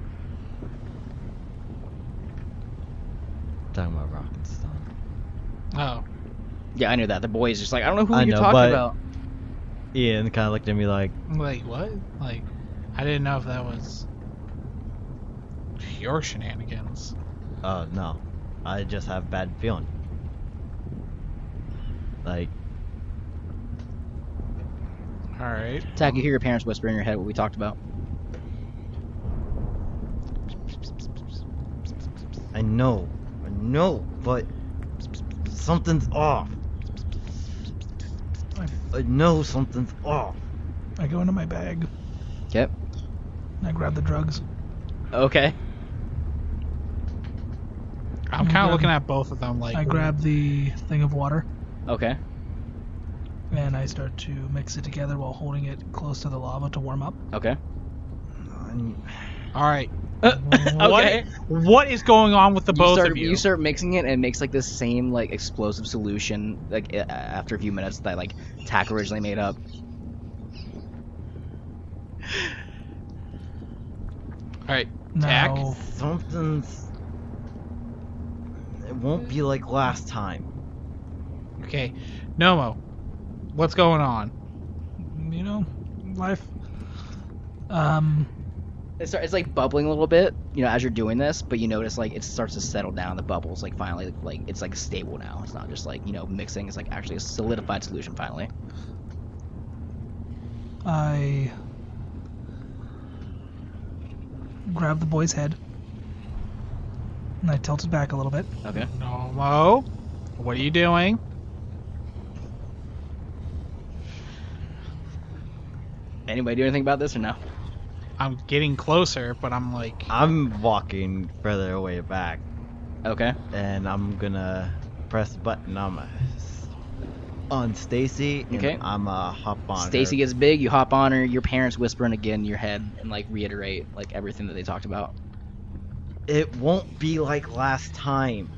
[SPEAKER 2] Talking about Rockenstein.
[SPEAKER 3] Oh.
[SPEAKER 1] Yeah, I knew that. The boy is just like I don't know who
[SPEAKER 2] I
[SPEAKER 1] you're
[SPEAKER 2] know,
[SPEAKER 1] talking
[SPEAKER 2] but-
[SPEAKER 1] about.
[SPEAKER 2] Ian kind of looked at me like,
[SPEAKER 3] Like what? Like I didn't know if that was your shenanigans.
[SPEAKER 2] "Oh no, I just have bad feeling." Like,
[SPEAKER 3] All right.
[SPEAKER 1] Tack, you hear your parents whisper in your head what we talked about.
[SPEAKER 2] I know, I know, but something's off.
[SPEAKER 5] I,
[SPEAKER 2] I know something's off.
[SPEAKER 5] I go into my bag
[SPEAKER 1] Yep.
[SPEAKER 5] and I grab the drugs.
[SPEAKER 1] Okay.
[SPEAKER 3] I'm
[SPEAKER 1] Mm-hmm.
[SPEAKER 5] I
[SPEAKER 3] kind
[SPEAKER 5] grab-
[SPEAKER 3] of looking at both of them. Like
[SPEAKER 5] I grab the thing of water
[SPEAKER 1] Okay.
[SPEAKER 5] and I start to mix it together while holding it close to the lava to warm up.
[SPEAKER 1] Okay.
[SPEAKER 2] I-
[SPEAKER 3] All right. What, what is going on with the
[SPEAKER 1] Uh, you
[SPEAKER 3] both
[SPEAKER 1] start,
[SPEAKER 3] of you?
[SPEAKER 1] start mixing it and it makes like the same like explosive solution like a- after a few minutes that like Tack originally made up.
[SPEAKER 5] No.
[SPEAKER 2] Something's. It won't be like last time.
[SPEAKER 3] Okay, Nomo, what's going on?
[SPEAKER 5] You know, life. Um.
[SPEAKER 1] It start, it's like bubbling a little bit, you know, as you're doing this, but you notice like it starts to settle down. The bubbles like finally like, it's like stable now. It's not just like you know mixing. It's like actually a solidified solution finally.
[SPEAKER 5] I grab the boy's head and I tilt it back a little bit.
[SPEAKER 1] Okay.
[SPEAKER 3] Nomo, what are you doing?
[SPEAKER 1] Anybody do anything about this or no?
[SPEAKER 3] I'm getting closer, but I'm like,
[SPEAKER 2] I'm walking further away back,
[SPEAKER 1] Okay.
[SPEAKER 2] and I'm gonna press the button on my, on Stacy. and
[SPEAKER 1] Okay.
[SPEAKER 2] I'm going hop on.
[SPEAKER 1] Stacy
[SPEAKER 2] her.
[SPEAKER 1] gets big. You hop on her. Your parents whispering again in your head and like reiterate like everything that they talked about.
[SPEAKER 2] It won't be like last time.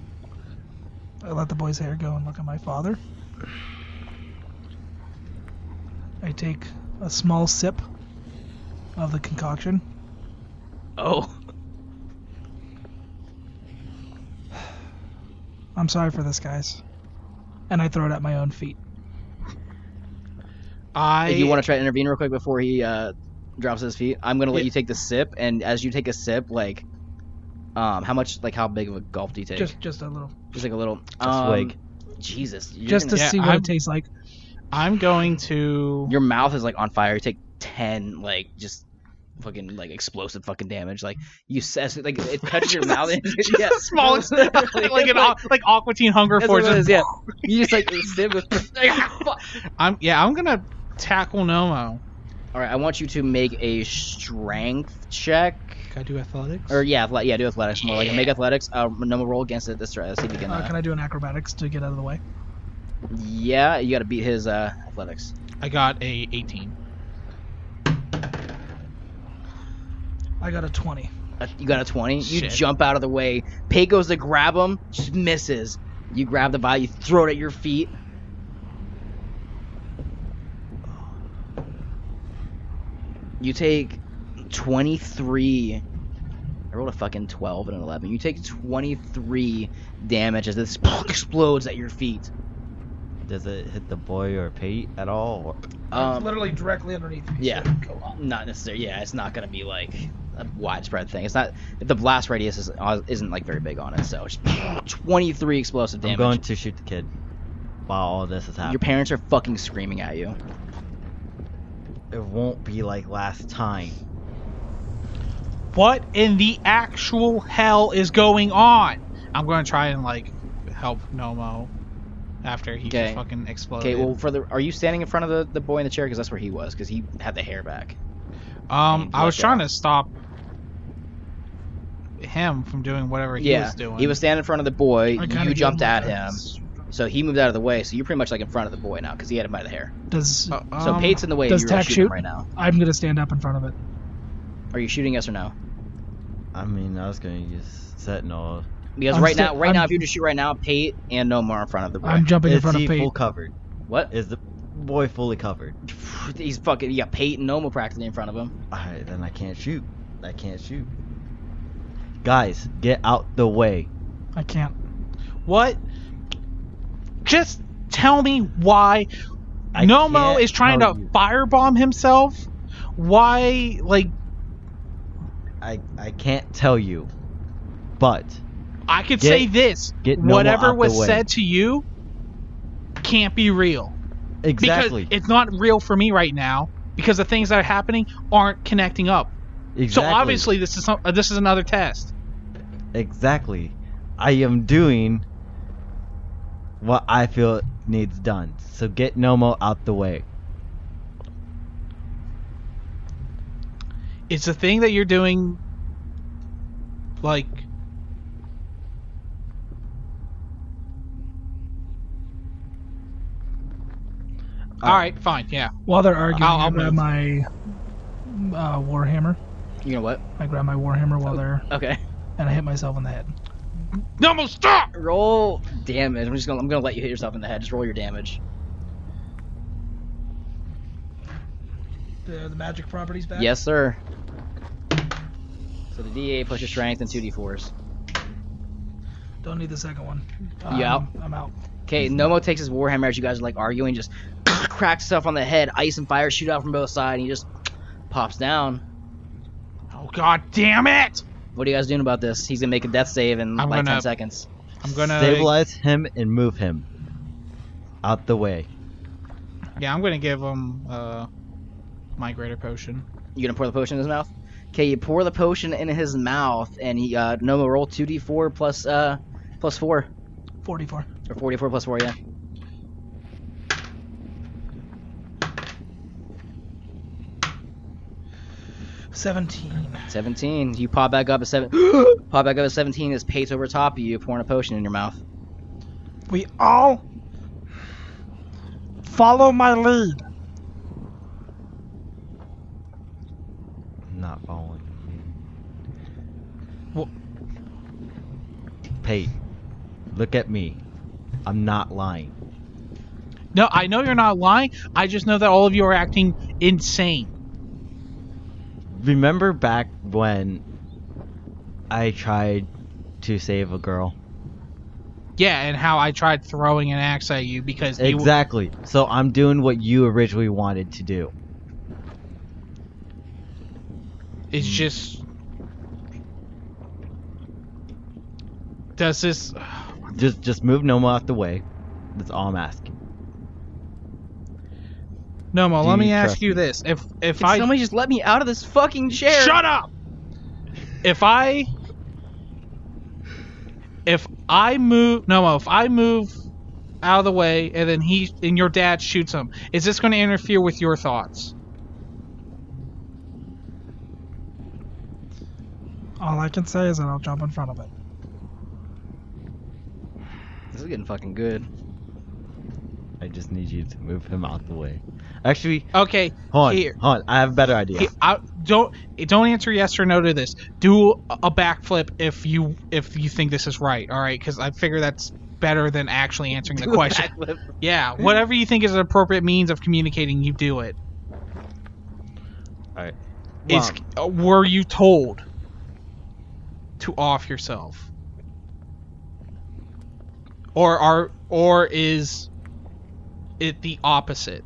[SPEAKER 5] I let the boy's hair go and look at my father. I take a small sip of the concoction.
[SPEAKER 1] Oh.
[SPEAKER 5] I'm sorry for this, guys. And I throw it at my own feet.
[SPEAKER 3] I.
[SPEAKER 1] if you want to try to intervene real quick before he uh, drops his feet, I'm gonna let
[SPEAKER 3] Yeah.
[SPEAKER 1] you take the sip. And as you take a sip, like, um, how much, like, how big of a gulp do you take?
[SPEAKER 5] Just, just a little,
[SPEAKER 1] Just, like a little.
[SPEAKER 2] A
[SPEAKER 1] um,
[SPEAKER 2] swig.
[SPEAKER 1] Jesus, you're
[SPEAKER 5] just to
[SPEAKER 1] gonna-
[SPEAKER 3] Yeah,
[SPEAKER 5] see what
[SPEAKER 3] I'm-
[SPEAKER 5] it tastes like.
[SPEAKER 3] I'm going to.
[SPEAKER 1] your mouth is like on fire. You take ten, like, just fucking like explosive fucking damage. Like you says, like it touches your mouth. And, yeah,
[SPEAKER 3] smallest- like an
[SPEAKER 1] Like-
[SPEAKER 3] au- like Aqua Teen Hunger
[SPEAKER 1] that's what
[SPEAKER 3] Force.
[SPEAKER 1] it is, yeah. You just like sip with. like, ah, fuck.
[SPEAKER 3] I'm yeah. I'm gonna tackle Nomo.
[SPEAKER 1] All right, I want you to make a strength check.
[SPEAKER 3] Can I do athletics?
[SPEAKER 1] Or yeah, athle- yeah, do athletics more. Like make athletics. Uh, no roll against it. This try. Let's see if you can.
[SPEAKER 5] Uh,
[SPEAKER 1] Uh,
[SPEAKER 5] can I do an acrobatics to get out of the way?
[SPEAKER 1] Yeah, you got to beat his uh, athletics.
[SPEAKER 3] I got a 18.
[SPEAKER 5] I got a 20.
[SPEAKER 1] Uh, you got a twenty. You
[SPEAKER 3] Shit.
[SPEAKER 1] jump out of the way. Pay goes to grab him, just misses. You grab the body, you throw it at your feet. You take twenty-three. I rolled a fucking twelve and an eleven. You take twenty-three damage as this explodes at your feet.
[SPEAKER 2] Does it hit the boy or Pete at all? Or...
[SPEAKER 1] Um,
[SPEAKER 5] literally directly underneath me.
[SPEAKER 1] Yeah. Not necessarily. Yeah, it's not gonna be like a widespread thing. It's not the blast radius is, uh, isn't like very big on it. So it's 23 explosive
[SPEAKER 2] I'm
[SPEAKER 1] damage.
[SPEAKER 2] going to shoot the kid while all this is
[SPEAKER 1] Your
[SPEAKER 2] happening.
[SPEAKER 1] parents are fucking screaming at you.
[SPEAKER 2] It won't be like last time.
[SPEAKER 3] What in the actual hell is going on? I'm gonna try and like help Nomo after he
[SPEAKER 1] Okay.
[SPEAKER 3] fucking exploded.
[SPEAKER 1] Okay, well, for the are you standing in front of the, the boy in the chair? Because that's where he was. Because he had the hair back.
[SPEAKER 3] um, I
[SPEAKER 1] Blackout.
[SPEAKER 3] was trying to stop him from doing whatever he
[SPEAKER 1] yeah,
[SPEAKER 3] was doing.
[SPEAKER 1] he was standing in front of the boy.
[SPEAKER 5] I kinda
[SPEAKER 1] You
[SPEAKER 5] gave
[SPEAKER 1] jumped
[SPEAKER 5] him a
[SPEAKER 1] at him,
[SPEAKER 5] guidance.
[SPEAKER 1] so he moved out of the way. So you're pretty much like in front of the boy now because he had him by the hair.
[SPEAKER 5] Does
[SPEAKER 3] Uh,
[SPEAKER 1] So
[SPEAKER 3] um,
[SPEAKER 1] Pate's in the way.
[SPEAKER 5] does
[SPEAKER 1] You're gonna
[SPEAKER 5] Tack
[SPEAKER 1] him
[SPEAKER 5] shoot?
[SPEAKER 1] right now?
[SPEAKER 5] I'm gonna stand up in front of it.
[SPEAKER 1] Are you shooting us or no?
[SPEAKER 2] I mean, I was going to use Sentinel.
[SPEAKER 1] Because
[SPEAKER 5] I'm
[SPEAKER 1] right
[SPEAKER 5] sta-
[SPEAKER 1] now, right now,
[SPEAKER 5] I'm-
[SPEAKER 1] if you were to shoot right now, Pate and No more in front of the boy.
[SPEAKER 5] I'm jumping in
[SPEAKER 2] Is
[SPEAKER 5] front
[SPEAKER 2] he
[SPEAKER 5] of Pete.
[SPEAKER 2] full covered?
[SPEAKER 1] what?
[SPEAKER 2] Is the boy fully covered?
[SPEAKER 1] He's fucking yeah, Peyton Noma practically in front of him.
[SPEAKER 2] Alright, then I can't shoot. I can't shoot. Guys, get out the way.
[SPEAKER 5] I can't.
[SPEAKER 3] what? Just tell me why
[SPEAKER 2] I
[SPEAKER 3] Nomo
[SPEAKER 2] can't
[SPEAKER 3] is trying to
[SPEAKER 2] tell you.
[SPEAKER 3] firebomb himself. Why, like,
[SPEAKER 2] I, I can't tell you. But
[SPEAKER 3] I could
[SPEAKER 2] Get-
[SPEAKER 3] say this:
[SPEAKER 2] get Nomo
[SPEAKER 3] whatever
[SPEAKER 2] out the
[SPEAKER 3] was
[SPEAKER 2] way.
[SPEAKER 3] said to you can't be real
[SPEAKER 2] exactly,
[SPEAKER 3] because it's not real for me right now because the things that are happening aren't connecting up. So
[SPEAKER 2] exactly,
[SPEAKER 3] obviously, this is some, uh, this is another test.
[SPEAKER 2] exactly, I am doing what I feel needs done. So get Nomo out the way.
[SPEAKER 3] It's the thing that you're doing, like. All right, fine, yeah.
[SPEAKER 5] While they're arguing,
[SPEAKER 3] I'll- I'll
[SPEAKER 5] I grab my uh, warhammer.
[SPEAKER 1] You know what?
[SPEAKER 5] I grab my warhammer while they're
[SPEAKER 1] Okay.
[SPEAKER 5] and I hit myself in the head.
[SPEAKER 3] No, stop!
[SPEAKER 1] Roll damage. I'm just gonna I'm gonna let you hit yourself in the head. Just roll your damage.
[SPEAKER 5] The, the magic properties back.
[SPEAKER 1] Yes, sir. So the D8 plus your strength and two D4s.
[SPEAKER 5] Don't need the second one. Um,
[SPEAKER 1] You out?
[SPEAKER 5] I'm out.
[SPEAKER 1] Okay, Nomo takes his warhammer as you guys are like arguing, just cracks stuff on the head. Ice and fire shoot out from both sides, and he just pops down.
[SPEAKER 3] Oh god damn it!
[SPEAKER 1] What are you guys doing about this? He's gonna make a death save in
[SPEAKER 3] I'm
[SPEAKER 1] like
[SPEAKER 3] gonna-
[SPEAKER 1] ten seconds.
[SPEAKER 3] I'm gonna
[SPEAKER 2] stabilize him and move him out the way.
[SPEAKER 3] Yeah, I'm gonna give him uh my greater potion.
[SPEAKER 1] You gonna pour the potion in his mouth? Okay, you pour the potion in his mouth, and he uh, Nomo roll two D4 plus uh plus four
[SPEAKER 5] 44.
[SPEAKER 1] or forty-four plus four, yeah.
[SPEAKER 5] Seventeen.
[SPEAKER 1] 17. You pop back up at 7. pop back up at 17. His pate's over top of you, pouring a potion in your mouth.
[SPEAKER 5] We all follow my lead.
[SPEAKER 2] Not following.
[SPEAKER 3] Wha-
[SPEAKER 2] Pate, look at me. I'm not lying.
[SPEAKER 3] No, I know you're not lying. I just know that all of you are acting insane.
[SPEAKER 2] Remember back when I tried to save a girl?
[SPEAKER 3] Yeah, and how I tried throwing an axe at you because you
[SPEAKER 2] Exactly. So I'm doing what you originally wanted to do. Hmm.
[SPEAKER 3] it's just does this
[SPEAKER 2] Just just move Noma out the way. That's all I'm asking.
[SPEAKER 3] no Mo,
[SPEAKER 2] Do
[SPEAKER 3] let
[SPEAKER 2] you
[SPEAKER 3] me ask
[SPEAKER 2] trust
[SPEAKER 3] you
[SPEAKER 2] me?
[SPEAKER 3] this. If if
[SPEAKER 1] Can
[SPEAKER 3] I
[SPEAKER 1] somebody just let me out of this fucking chair?
[SPEAKER 3] Shut up. If I if I move no, if I move out of the way and then he and your dad shoots him, is this going to interfere with your thoughts?
[SPEAKER 5] All I can say is that I'll jump in front of it.
[SPEAKER 1] This is getting fucking good.
[SPEAKER 2] I just need you to move him out the way. Actually,
[SPEAKER 3] Okay,
[SPEAKER 2] hold on.
[SPEAKER 3] Here.
[SPEAKER 2] Hold on. I have a better idea.
[SPEAKER 3] he- I, don't don't answer yes or no to this. Do a a backflip if you if you think this is right. All right, because I figure that's better than actually answering the question.
[SPEAKER 1] Backflip.
[SPEAKER 3] Yeah, whatever you think is an appropriate means of communicating, you do it.
[SPEAKER 2] Alright.
[SPEAKER 3] Is uh, were you told to off yourself, or are or is it the opposite?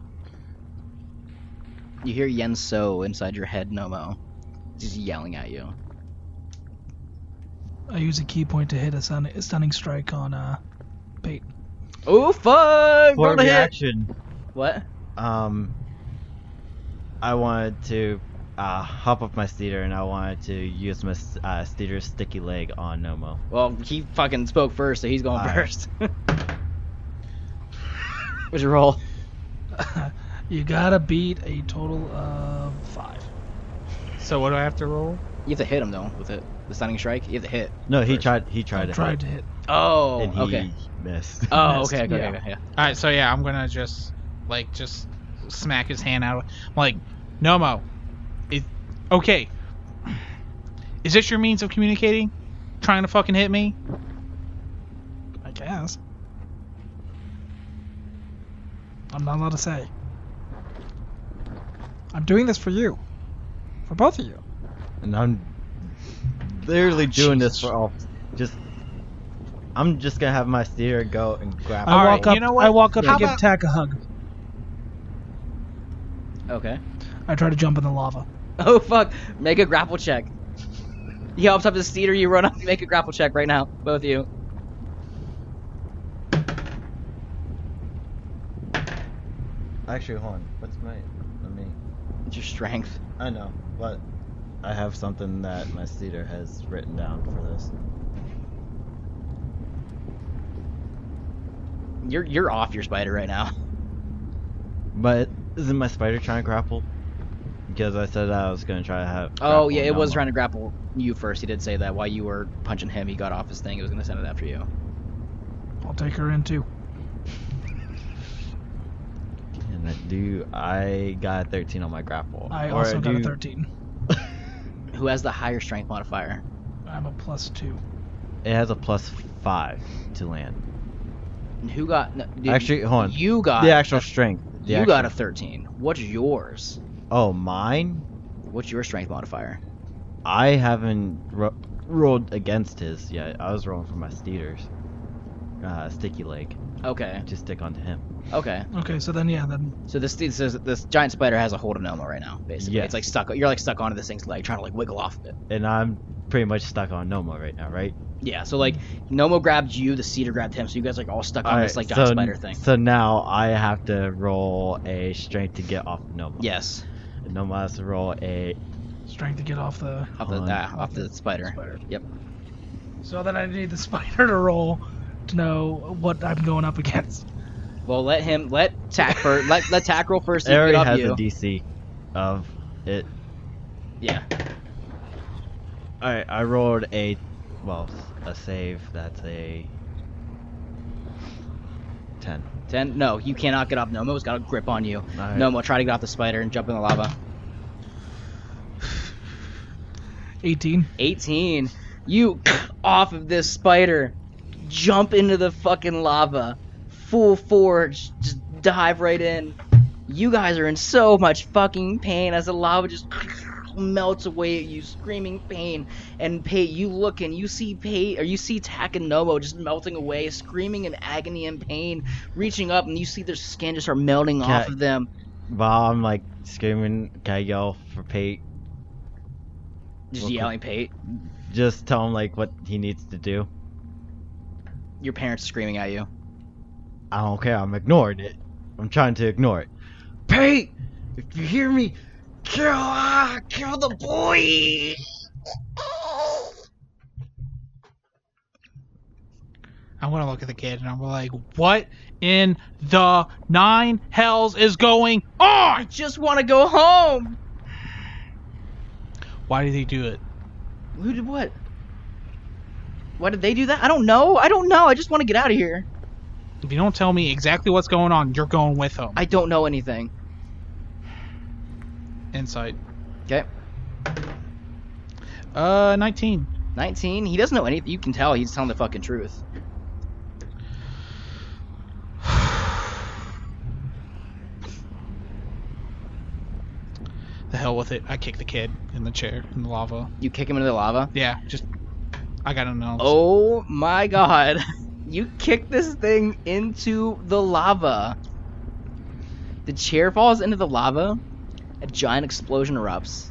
[SPEAKER 1] You hear Yen So inside your head, Nomo. Just yelling at you.
[SPEAKER 5] I use a key point to hit a, stun- a stunning strike on. Uh,
[SPEAKER 1] Oh, fuck!
[SPEAKER 2] For
[SPEAKER 1] Roll to hit.
[SPEAKER 2] reaction.
[SPEAKER 1] What?
[SPEAKER 2] um, I wanted to uh, hop off my steeder and I wanted to use my s- uh, steeder's sticky leg on Nomo.
[SPEAKER 1] Well, he fucking spoke first, so he's going
[SPEAKER 2] Alright.
[SPEAKER 1] first. What's your roll?
[SPEAKER 5] you gotta beat a total of five.
[SPEAKER 3] So what do I have to roll?
[SPEAKER 1] You have to hit him, though, with it. The stunning strike? You have to hit.
[SPEAKER 2] No, he
[SPEAKER 1] First.
[SPEAKER 2] tried. He tried to
[SPEAKER 5] Tried
[SPEAKER 2] hit,
[SPEAKER 5] to hit.
[SPEAKER 1] Oh,
[SPEAKER 2] and he
[SPEAKER 1] okay.
[SPEAKER 2] missed.
[SPEAKER 1] Oh,
[SPEAKER 5] missed.
[SPEAKER 1] okay, okay,
[SPEAKER 5] Yeah.
[SPEAKER 1] okay, yeah.
[SPEAKER 3] All right, so yeah, I'm gonna just like just smack his hand out. I'm like, Nomo, it okay? Is this your means of communicating? Trying to fucking hit me?
[SPEAKER 5] I guess. I'm not allowed to say. I'm doing this for you. For both of you.
[SPEAKER 2] and I'm literally
[SPEAKER 1] Ah,
[SPEAKER 2] doing this for all. Just, I'm just gonna have my steer go and grab.
[SPEAKER 5] I
[SPEAKER 3] All
[SPEAKER 5] walk
[SPEAKER 3] right,
[SPEAKER 5] up.
[SPEAKER 3] you know what?
[SPEAKER 5] I walk up
[SPEAKER 3] How
[SPEAKER 5] and give
[SPEAKER 3] about-
[SPEAKER 5] Tack a hug.
[SPEAKER 1] Okay.
[SPEAKER 5] I try to jump in the lava.
[SPEAKER 1] Oh fuck! Make a grapple check. He hops up his theater. You run up. and Make a grapple check right now, both of you.
[SPEAKER 2] Actually, hold on. What's my? Let me.
[SPEAKER 1] It's your strength.
[SPEAKER 2] I know, but I have something that my steeder has written down for this.
[SPEAKER 1] You're you're off your spider right now.
[SPEAKER 2] But isn't my spider trying to grapple? Because I said I was gonna try to have.
[SPEAKER 1] Oh
[SPEAKER 2] grapple
[SPEAKER 1] yeah, it was
[SPEAKER 2] Nomo.
[SPEAKER 1] trying to grapple you first. He did say that while you were punching him, he got off his thing. It was gonna send it after you.
[SPEAKER 5] I'll take her in too.
[SPEAKER 2] And I do I got a 13 on my grapple?
[SPEAKER 5] I
[SPEAKER 2] Or
[SPEAKER 5] also got a
[SPEAKER 2] do-
[SPEAKER 5] 13.
[SPEAKER 1] Who has the higher strength modifier?
[SPEAKER 5] I'm a plus two.
[SPEAKER 2] It has a plus five to land.
[SPEAKER 1] And who got? No, dude,
[SPEAKER 2] Actually, hold on.
[SPEAKER 1] you got
[SPEAKER 2] the actual strength. The
[SPEAKER 1] you
[SPEAKER 2] actual,
[SPEAKER 1] got a thirteen. What's yours?
[SPEAKER 2] Oh, mine.
[SPEAKER 1] What's your strength modifier?
[SPEAKER 2] I haven't ro- rolled against his yet. I was rolling for my Steeders. Uh, sticky leg.
[SPEAKER 1] Okay,
[SPEAKER 2] Just stick onto him.
[SPEAKER 1] okay.
[SPEAKER 5] Okay, so then yeah, then
[SPEAKER 1] So this this, this, this giant spider has a hold of Noma right now. Basically,
[SPEAKER 2] Yes.
[SPEAKER 1] it's like stuck. You're like stuck onto this thing's leg, trying to like wiggle off of it.
[SPEAKER 2] And I'm pretty much stuck on Noma right now, right?
[SPEAKER 1] Yeah. So like Nomo grabbed you, the cedar grabbed him, so you guys are, like all stuck on
[SPEAKER 2] Alright,
[SPEAKER 1] this like giant
[SPEAKER 2] so-
[SPEAKER 1] spider thing.
[SPEAKER 2] So now I have to roll a strength to get off Noma.
[SPEAKER 1] Yes,
[SPEAKER 2] Noma has to roll a.
[SPEAKER 5] strength to get off the.
[SPEAKER 1] off the,
[SPEAKER 2] Hold on.
[SPEAKER 1] ah, off the spider. Yep.
[SPEAKER 5] So then I need the spider to roll to know what I'm going up against.
[SPEAKER 1] Well, let him let tack first. let let tack roll first.
[SPEAKER 2] It
[SPEAKER 1] and get
[SPEAKER 2] already
[SPEAKER 1] off
[SPEAKER 2] has
[SPEAKER 1] you.
[SPEAKER 2] a DC of it.
[SPEAKER 1] yeah.
[SPEAKER 2] Alright, I rolled a. Well, a save. That's a. 10.
[SPEAKER 1] Ten. No, you cannot get off. Nomo's got a grip on you.
[SPEAKER 2] Alright.
[SPEAKER 1] Nomo, try to get off the spider and jump in the lava.
[SPEAKER 5] 18.
[SPEAKER 1] 18. You off of this spider, jump into the fucking lava, full forge, just dive right in. You guys are in so much fucking pain as the lava just melts away at you, screaming pain. And Pate, you look and you see Pate, or you see Tak and Nomo just melting away, screaming in agony and pain, reaching up, and you see their skin just start melting off
[SPEAKER 2] Cat-
[SPEAKER 1] of them.
[SPEAKER 2] While I'm like screaming, can I yell for Pate?
[SPEAKER 1] Just
[SPEAKER 2] Okay.
[SPEAKER 1] yelling, Pate.
[SPEAKER 2] Just tell him like what he needs to do.
[SPEAKER 1] Your parents screaming at you.
[SPEAKER 2] I don't care. I'm ignoring it. I'm trying to ignore it. Pate, if you hear me, kill, ah, kill the boy.
[SPEAKER 3] I'm gonna look at the kid and I'm like, what in the nine hells is going on?
[SPEAKER 1] Just want to go home.
[SPEAKER 3] Why did he do it?
[SPEAKER 1] Who did what? Why did they do that? I don't know. I don't know. I just want to get out of here.
[SPEAKER 3] If you don't tell me exactly what's going on, you're going with him.
[SPEAKER 1] I don't know anything.
[SPEAKER 3] Insight.
[SPEAKER 1] Okay.
[SPEAKER 3] Uh, 19.
[SPEAKER 1] 19. He doesn't know anything. You can tell he's telling the fucking truth.
[SPEAKER 3] The hell with it. I kick the kid in the chair in the lava.
[SPEAKER 1] You kick him into the lava.
[SPEAKER 3] Yeah, just I gotta know.
[SPEAKER 1] Oh my god. You kick this thing into the lava. The chair falls into the lava. A giant explosion erupts.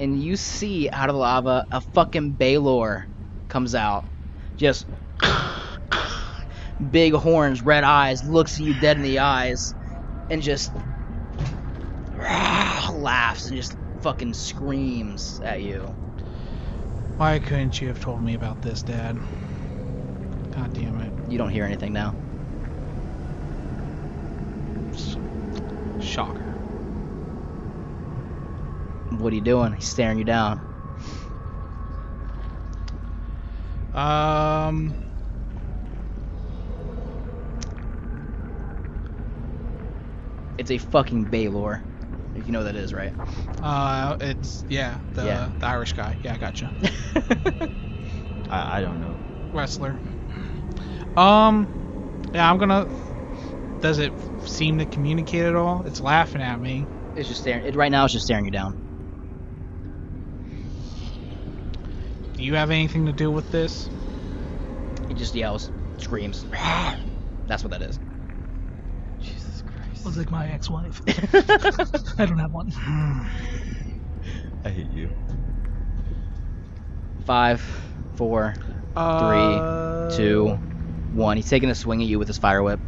[SPEAKER 1] And you see out of the lava a fucking Baylor comes out. Just big horns, red eyes, looks you dead in the eyes, and just laughs and just fucking screams at you.
[SPEAKER 3] Why couldn't you have told me about this, Dad? God damn it.
[SPEAKER 1] You don't hear anything now.
[SPEAKER 3] Shocker.
[SPEAKER 1] What are you doing? He's staring you down.
[SPEAKER 3] Um.
[SPEAKER 1] It's a fucking Baylor. If you know what that is, right?
[SPEAKER 3] Uh, it's yeah, the
[SPEAKER 1] Yeah.
[SPEAKER 3] the Irish guy. Yeah, I gotcha.
[SPEAKER 2] I, I don't know.
[SPEAKER 3] Wrestler. Um, yeah, I'm gonna. Does it seem to communicate at all? It's laughing at me.
[SPEAKER 1] it's just staring. It right now. It's just staring you down.
[SPEAKER 3] Do you have anything to do with this?
[SPEAKER 1] It just yells, screams. That's what that is.
[SPEAKER 2] Jesus
[SPEAKER 5] Looks
[SPEAKER 2] Christ.
[SPEAKER 5] like my ex-wife. I don't have one.
[SPEAKER 3] Uh,
[SPEAKER 2] I hate you.
[SPEAKER 1] Five, four,
[SPEAKER 3] Uh,
[SPEAKER 1] two, one. He's taking a swing at you with his fire whip.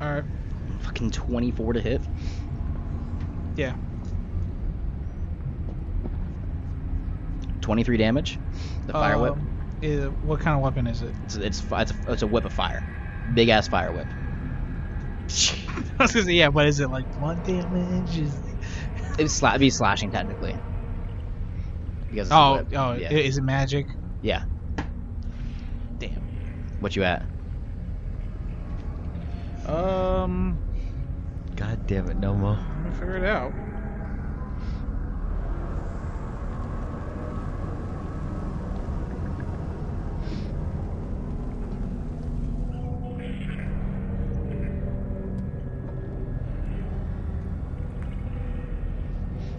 [SPEAKER 3] All right.
[SPEAKER 1] Fucking twenty-four to hit.
[SPEAKER 3] Yeah.
[SPEAKER 1] Twenty-three damage. The fire whip.
[SPEAKER 3] Um, is- what kind of weapon is it?
[SPEAKER 1] It's it's fi- it's a, it's a whip of fire. Big ass fire whip.
[SPEAKER 3] I was gonna say, yeah, but is it like one damage? Is
[SPEAKER 1] It'd, sla- it'd be slashing technically. Because it's a
[SPEAKER 3] oh,
[SPEAKER 1] whip.
[SPEAKER 3] oh,
[SPEAKER 1] yeah.
[SPEAKER 3] i- is it magic?
[SPEAKER 1] yeah.
[SPEAKER 3] Damn.
[SPEAKER 1] What you at?
[SPEAKER 3] Um,
[SPEAKER 2] God damn it, Nomo.
[SPEAKER 3] I'm gonna figure it out.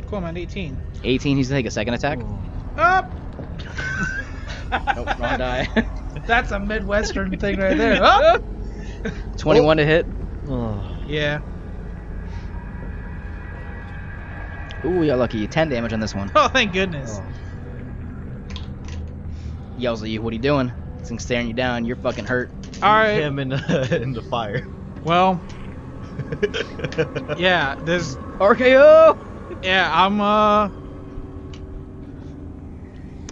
[SPEAKER 3] Cool, I'm at 18.
[SPEAKER 1] 18. He's gonna take a second attack.
[SPEAKER 3] Up!
[SPEAKER 1] Nope, wrong die.
[SPEAKER 3] That's a Midwestern thing right there. Up!
[SPEAKER 1] 21 to hit.
[SPEAKER 2] Oh,
[SPEAKER 3] Yeah.
[SPEAKER 1] Ooh, you're lucky. 10 damage on this one.
[SPEAKER 3] Oh, thank goodness.
[SPEAKER 1] Yells at you. What are you doing? This thing's staring you down. You're fucking hurt.
[SPEAKER 3] Alright.
[SPEAKER 2] him in the, in the fire.
[SPEAKER 3] Well, yeah, there's.
[SPEAKER 1] RKO.
[SPEAKER 3] Yeah, I'm, uh.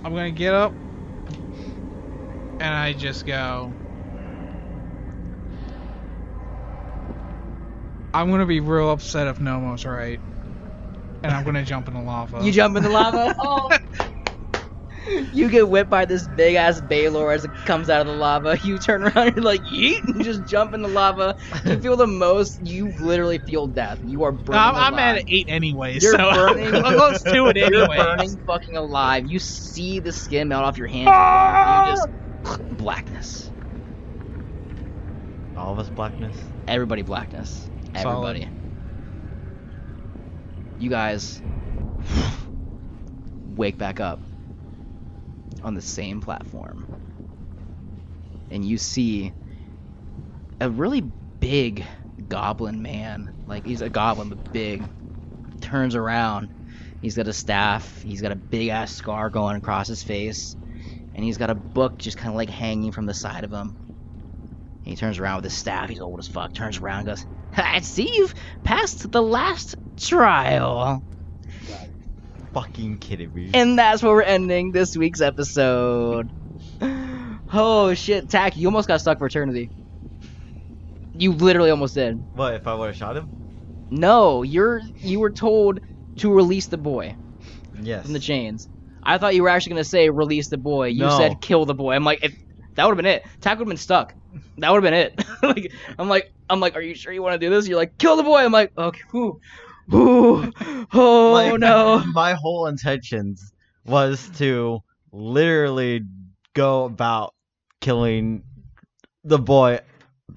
[SPEAKER 3] I'm gonna get up. And I just go. I'm gonna be real upset if Nomo's right. And I'm gonna jump in the lava.
[SPEAKER 1] You jump in the lava.
[SPEAKER 6] Oh,
[SPEAKER 1] You get whipped by this big ass Baylor as it comes out of the lava. You turn around, you're like, yeet, and you just jump in the lava. You feel the most, you literally feel death. You are burning.
[SPEAKER 3] I'm, I'm
[SPEAKER 1] alive.
[SPEAKER 3] at eight anyway,
[SPEAKER 1] You're
[SPEAKER 3] so uh, I'm
[SPEAKER 1] burning-
[SPEAKER 3] close to it
[SPEAKER 1] You're
[SPEAKER 3] anyway.
[SPEAKER 1] burning fucking alive. You see the skin melt off your hands. You
[SPEAKER 3] Ah!
[SPEAKER 1] just blackness.
[SPEAKER 2] All of us blackness.
[SPEAKER 1] Everybody blackness.
[SPEAKER 3] Solid.
[SPEAKER 1] Everybody. You guys wake back up on the same platform. And you see a really big goblin man. Like he's a goblin but big. Turns around. He's got a staff. He's got a big ass scar going across his face. And he's got a book just kind of like hanging from the side of him. And he turns around with his staff. He's old as fuck. Turns around and goes, I see you've passed the last trial.
[SPEAKER 2] Fucking kidding me.
[SPEAKER 1] And that's where we're ending this week's episode. Oh shit, Tack, you almost got stuck for eternity. You literally almost did.
[SPEAKER 2] what if I would have shot him?
[SPEAKER 1] No, you're you were told to release the boy
[SPEAKER 2] Yes.
[SPEAKER 1] from the chains. I thought you were actually gonna say release the boy. You
[SPEAKER 2] No.
[SPEAKER 1] said kill the boy. I'm like, if that would have been it, Tack would have been stuck. That would have been it. like, I'm like, I'm like, are you sure you want to do this? You're like, kill the boy. I'm like, okay, whew, whew, oh
[SPEAKER 2] Like,
[SPEAKER 1] no.
[SPEAKER 2] My whole intentions was to literally go about killing the boy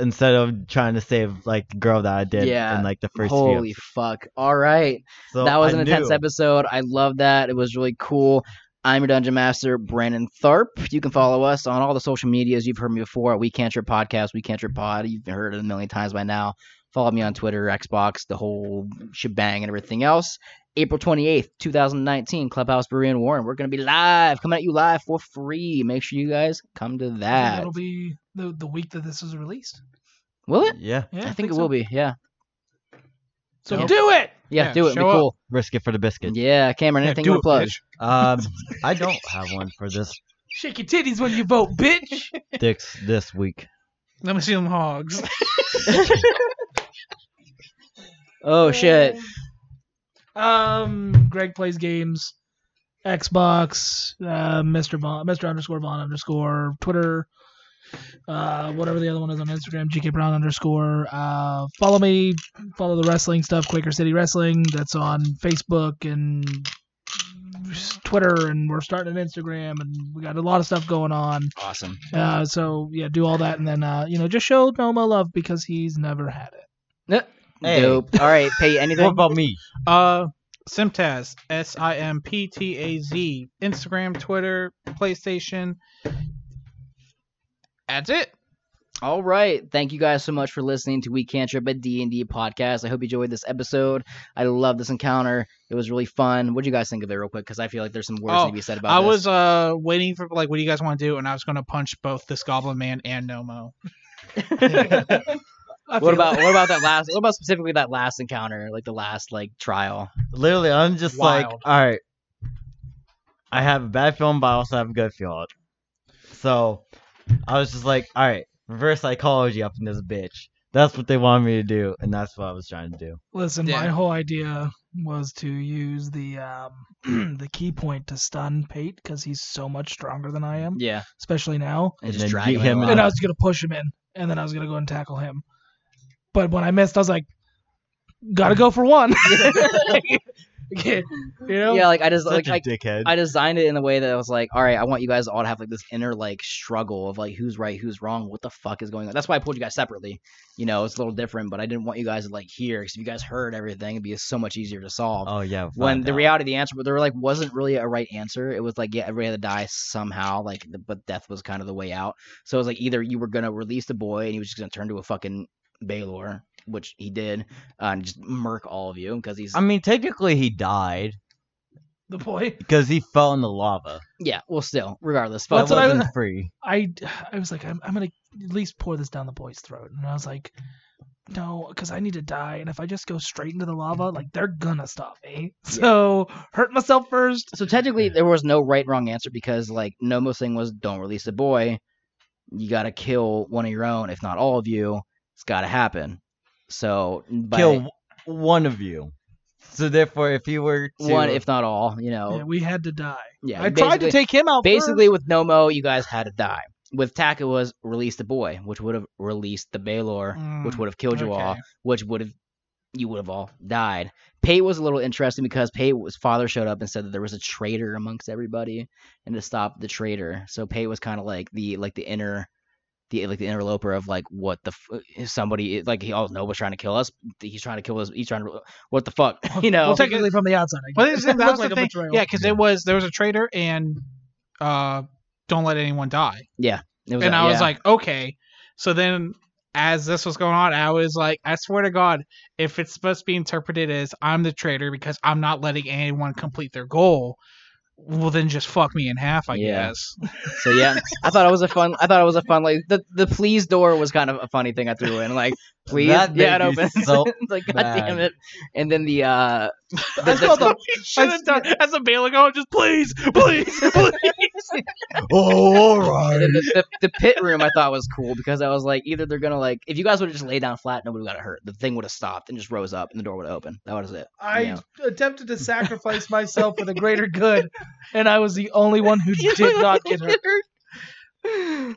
[SPEAKER 2] instead of trying to save like the girl that I did
[SPEAKER 1] Yeah.
[SPEAKER 2] in like the first
[SPEAKER 1] Holy
[SPEAKER 2] few.
[SPEAKER 1] fuck! All right.
[SPEAKER 2] So
[SPEAKER 1] that was
[SPEAKER 2] I
[SPEAKER 1] an intense
[SPEAKER 2] knew-
[SPEAKER 1] episode. I love that. It was really cool. I'm your dungeon master, Brandon Tharp. You can follow us on all the social medias. You've heard me before. We can't trip podcast. We can't trip pod. You've heard it a million times by now. Follow me on Twitter, Xbox, the whole shebang, and everything else. April 28th, 2019, Clubhouse Brewery and Warren. We're going to be live, coming at you live for free. Make sure you guys come to that.
[SPEAKER 5] It'll be the, the week that this is released.
[SPEAKER 1] Will it?
[SPEAKER 2] Yeah.
[SPEAKER 5] Yeah,
[SPEAKER 1] I think, it will be. Yeah.
[SPEAKER 3] So
[SPEAKER 1] Yeah.
[SPEAKER 3] do it.
[SPEAKER 1] Yeah,
[SPEAKER 3] Yeah,
[SPEAKER 1] do it. It'd be
[SPEAKER 3] show up.
[SPEAKER 1] cool.
[SPEAKER 2] Risk it for the biscuit.
[SPEAKER 1] Yeah, Cameron, anything you want to plug?
[SPEAKER 2] Um, I don't have one for this
[SPEAKER 3] Shake your titties when you vote, bitch.
[SPEAKER 2] dicks this week.
[SPEAKER 3] Let me see them hogs.
[SPEAKER 1] Oh, shit.
[SPEAKER 5] Um, Greg plays games, Xbox, uh, Mr. Von, Mr. Underscore Von underscore Twitter, uh, whatever the other one is on Instagram, GK Brown underscore. Uh, follow me, follow the wrestling stuff, Quaker City Wrestling. That's on Facebook and Twitter, and we're starting an Instagram, and we got a lot of stuff going on.
[SPEAKER 1] Awesome.
[SPEAKER 5] Uh, so yeah, do all that, and then uh, you know, just show Noma love because he's never had it.
[SPEAKER 2] Hey.
[SPEAKER 1] Dope. All right, pay
[SPEAKER 2] What
[SPEAKER 1] anything.
[SPEAKER 2] about me?
[SPEAKER 3] Uh, Simtaz, S I M P T A Z, Instagram, Twitter, PlayStation. That's it.
[SPEAKER 1] All right, thank you guys so much for listening to We Can't Trip a D and D podcast. I hope you enjoyed this episode. I love this encounter. It was really fun. What do you guys think of it, real quick? Because I feel like there's some words
[SPEAKER 3] Oh,
[SPEAKER 1] need to be said about.
[SPEAKER 3] I
[SPEAKER 1] this.
[SPEAKER 3] was uh waiting for like, what do you guys want to do? And I was gonna punch both this Goblin Man and Nomo.
[SPEAKER 5] I
[SPEAKER 1] What
[SPEAKER 5] feel
[SPEAKER 1] about what about that last? What about specifically that last encounter, like the last like trial?
[SPEAKER 2] Literally, I'm just like,
[SPEAKER 3] Wild.
[SPEAKER 2] all right. I have a bad feeling, but I also have a good feeling. So I was just like, all right, reverse psychology up in this bitch. That's what they wanted me to do, and that's what I was trying to do.
[SPEAKER 5] Listen, my
[SPEAKER 3] Yeah.
[SPEAKER 5] whole idea was to use the um, the key point to stun Pate because he's so much stronger than I am,
[SPEAKER 1] Yeah,
[SPEAKER 5] especially now.
[SPEAKER 1] and,
[SPEAKER 2] And
[SPEAKER 1] just
[SPEAKER 2] then
[SPEAKER 1] drag
[SPEAKER 2] beat
[SPEAKER 1] him.
[SPEAKER 2] him
[SPEAKER 1] in the
[SPEAKER 2] in-
[SPEAKER 5] And I
[SPEAKER 1] lava.
[SPEAKER 5] was gonna push him in, and then I was gonna go and tackle him. But when I missed, I was like, "Gotta go for one." you know?
[SPEAKER 1] yeah, like I just like
[SPEAKER 2] oh, Such
[SPEAKER 1] like
[SPEAKER 2] a dickhead.
[SPEAKER 1] I designed it in a way that I was like, all right, I want you guys all to have like this inner like struggle of like who's right, who's wrong, what the fuck is going on. That's why I pulled you guys separately. You know, it's a little different, but I didn't want you guys to like hear because if you guys heard everything, it'd be so much easier to solve.
[SPEAKER 2] oh yeah.
[SPEAKER 1] when
[SPEAKER 2] without
[SPEAKER 1] the
[SPEAKER 2] doubt.
[SPEAKER 1] reality of the answer, but there like wasn't really a right answer. It was like yeah, everybody had to die somehow. Like, the, but death was kind of the way out. So it was like either you were gonna release the boy and he was just gonna turn to a fucking Baylor, which he did, uh, and just murk all of you because he's
[SPEAKER 2] I mean, technically he died
[SPEAKER 5] the boy.
[SPEAKER 2] because he fell in the lava.
[SPEAKER 1] yeah. Well, still, regardless,
[SPEAKER 5] Well,
[SPEAKER 1] fuck
[SPEAKER 5] that's what
[SPEAKER 2] that
[SPEAKER 5] I
[SPEAKER 2] wasn't
[SPEAKER 5] was-
[SPEAKER 2] free.
[SPEAKER 5] I, I was like, I'm, I'm going to at least pour this down the boy's throat. And I was like, no, because I need to die. And if I just go straight into the lava, like, they're going to stop me. So hurt myself first.
[SPEAKER 1] So technically, there was no right and wrong answer because like Nomo's thing was don't release the boy. You gotta kill one of your own, if not all of you. It's gotta happen. So by
[SPEAKER 2] Kill w- one of you. So therefore, if you were to,
[SPEAKER 1] one, if not all, you
[SPEAKER 5] Yeah,
[SPEAKER 1] know,
[SPEAKER 5] we had to die.
[SPEAKER 1] yeah.
[SPEAKER 5] I tried to
[SPEAKER 1] basically-
[SPEAKER 5] take him out
[SPEAKER 1] Basically, with Nomo, you guys had to die. With Taka was release the boy, which would have released the Baylor, which
[SPEAKER 3] Mm,
[SPEAKER 1] would have killed you all,
[SPEAKER 3] okay.
[SPEAKER 1] which would have you would have all died. Pate was a little interesting because Pate was father showed up and said that there was a traitor amongst everybody and to stop the traitor. So Pate was kind of like the like the inner the like the interloper of like what the f- uh, somebody like he all Nobo's trying to kill us. He's trying to kill us. He's trying to what the fuck you know.
[SPEAKER 5] Well, technically from the outside. I
[SPEAKER 3] Well, that's
[SPEAKER 5] guess.
[SPEAKER 3] the-
[SPEAKER 5] It
[SPEAKER 3] that
[SPEAKER 5] looked
[SPEAKER 3] was the
[SPEAKER 5] like a
[SPEAKER 3] thing.
[SPEAKER 5] betrayal.
[SPEAKER 3] Yeah, because it was there was a traitor and uh, don't let anyone die.
[SPEAKER 1] It was
[SPEAKER 3] and
[SPEAKER 1] a-
[SPEAKER 3] I was
[SPEAKER 1] yeah.
[SPEAKER 3] like, okay. So then, as this was going on, I was like, I swear to God, if it's supposed to be interpreted as I'm the traitor because I'm not letting anyone complete their goal, well then just fuck me in half, I
[SPEAKER 1] Yeah.
[SPEAKER 3] guess.
[SPEAKER 1] So yeah, I thought it was a fun. I thought it was a fun. Like the the please door was kind of a funny thing I threw in. Like please,
[SPEAKER 2] That
[SPEAKER 1] yeah, it
[SPEAKER 2] made me
[SPEAKER 1] opens.
[SPEAKER 2] so
[SPEAKER 1] It's like god
[SPEAKER 2] mad.
[SPEAKER 1] damn it. And then the uh, the,
[SPEAKER 5] I felt
[SPEAKER 1] the,
[SPEAKER 5] the-
[SPEAKER 3] Should have done as a Baylor going, just please, please, please.
[SPEAKER 2] oh, all
[SPEAKER 1] the,
[SPEAKER 2] right.
[SPEAKER 1] the, the pit room I thought was cool because I was like either they're gonna like if you guys would have just laid down flat nobody would have hurt the thing would have stopped and just rose up and the door would have opened that was it
[SPEAKER 5] I
[SPEAKER 1] Yeah.
[SPEAKER 5] attempted to sacrifice myself for the greater good, and I was the only one who did not get hurt.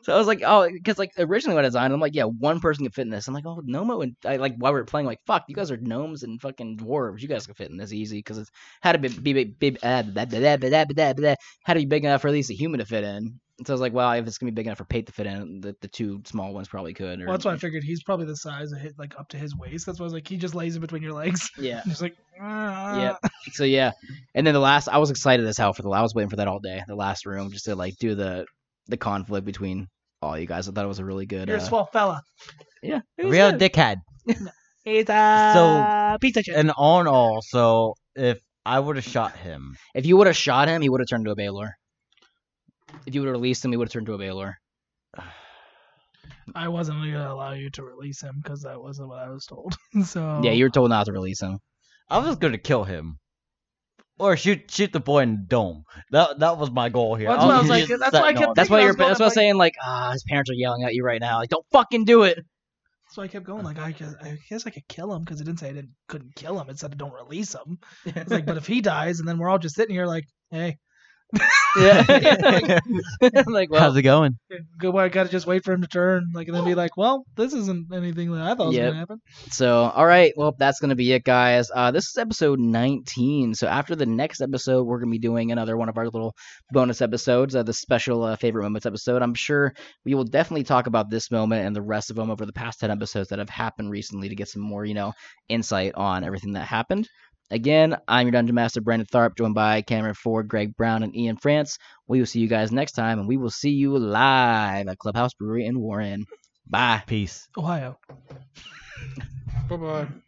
[SPEAKER 1] So I was like, oh, because like originally when I designed, it, I'm like, yeah, one person can fit in this. I'm like, oh, Nomo and I like while we were playing, like, fuck, you guys are gnomes and fucking dwarves. You guys can fit in this easy because it's had to be be be, be uh, blah, blah, blah, blah, blah, blah, blah, had to be big enough for at least a human to fit in. So I was like, well, if it's gonna be big enough for Pate to fit in, the, the two small ones probably could. Or,
[SPEAKER 5] Well, that's why I figured he's probably the size of his, like up to his waist. That's why I was like, he just lays in between your legs.
[SPEAKER 1] yeah.
[SPEAKER 5] Just like, "Ah,
[SPEAKER 1] yeah. So yeah, and then the last, I was excited as hell for the. I was waiting for that all day. The last room, just to like do the the conflict between all you guys. I thought it was a really good.
[SPEAKER 5] You're a
[SPEAKER 1] uh,
[SPEAKER 5] swell fella.
[SPEAKER 1] Yeah.
[SPEAKER 2] Real dickhead.
[SPEAKER 5] He's a pizza chip.
[SPEAKER 2] And all in all, so if I would have shot him,
[SPEAKER 1] If you would have shot him, he would have turned to a Baylor. If you would have released him, he would have turned to a Baylor.
[SPEAKER 5] I wasn't going to allow you to release him because that wasn't what I was told. so
[SPEAKER 1] Yeah, you were told not to release him.
[SPEAKER 2] I was gonna kill him. Or shoot, shoot the boy in the dome. That that was my goal here.
[SPEAKER 5] Well, that's what I was
[SPEAKER 2] was
[SPEAKER 5] like,
[SPEAKER 2] just
[SPEAKER 5] that's why I
[SPEAKER 2] setting
[SPEAKER 5] kept
[SPEAKER 2] on-
[SPEAKER 1] That's
[SPEAKER 5] thinking
[SPEAKER 1] why
[SPEAKER 5] I
[SPEAKER 1] you're.
[SPEAKER 5] was going
[SPEAKER 1] That's why I was
[SPEAKER 5] like-
[SPEAKER 1] saying like, ah, his parents are yelling at you right now. Like, don't fucking do it.
[SPEAKER 5] So I kept going. Like I guess I, guess I could kill him because it didn't say I didn't couldn't kill him. It said don't release him. It's like, but if he dies, and then we're all just sitting here like, hey,
[SPEAKER 1] Yeah. like, well,
[SPEAKER 2] How's it going?
[SPEAKER 5] good. I got to just wait for him to turn. Like and then be like, well, this isn't anything that I thought was
[SPEAKER 1] Yep.
[SPEAKER 5] gonna happen.
[SPEAKER 1] so all right. Well, that's gonna be it, guys. Uh, this is episode 19. So after the next episode, we're gonna be doing another one of our little bonus episodes, uh, the special uh, favorite moments episode. I'm sure we will definitely talk about this moment and the rest of them over the past 10 episodes that have happened recently to get some more, you know, insight on everything that happened. Again, I'm your Dungeon Master, Brandon Tharp, joined by Cameron Ford, Greg Brown, and Ian France. We will see you guys next time, and we will see you live at Clubhouse Brewery in Warren. Bye.
[SPEAKER 2] Peace.
[SPEAKER 5] Ohio.
[SPEAKER 3] Bye bye.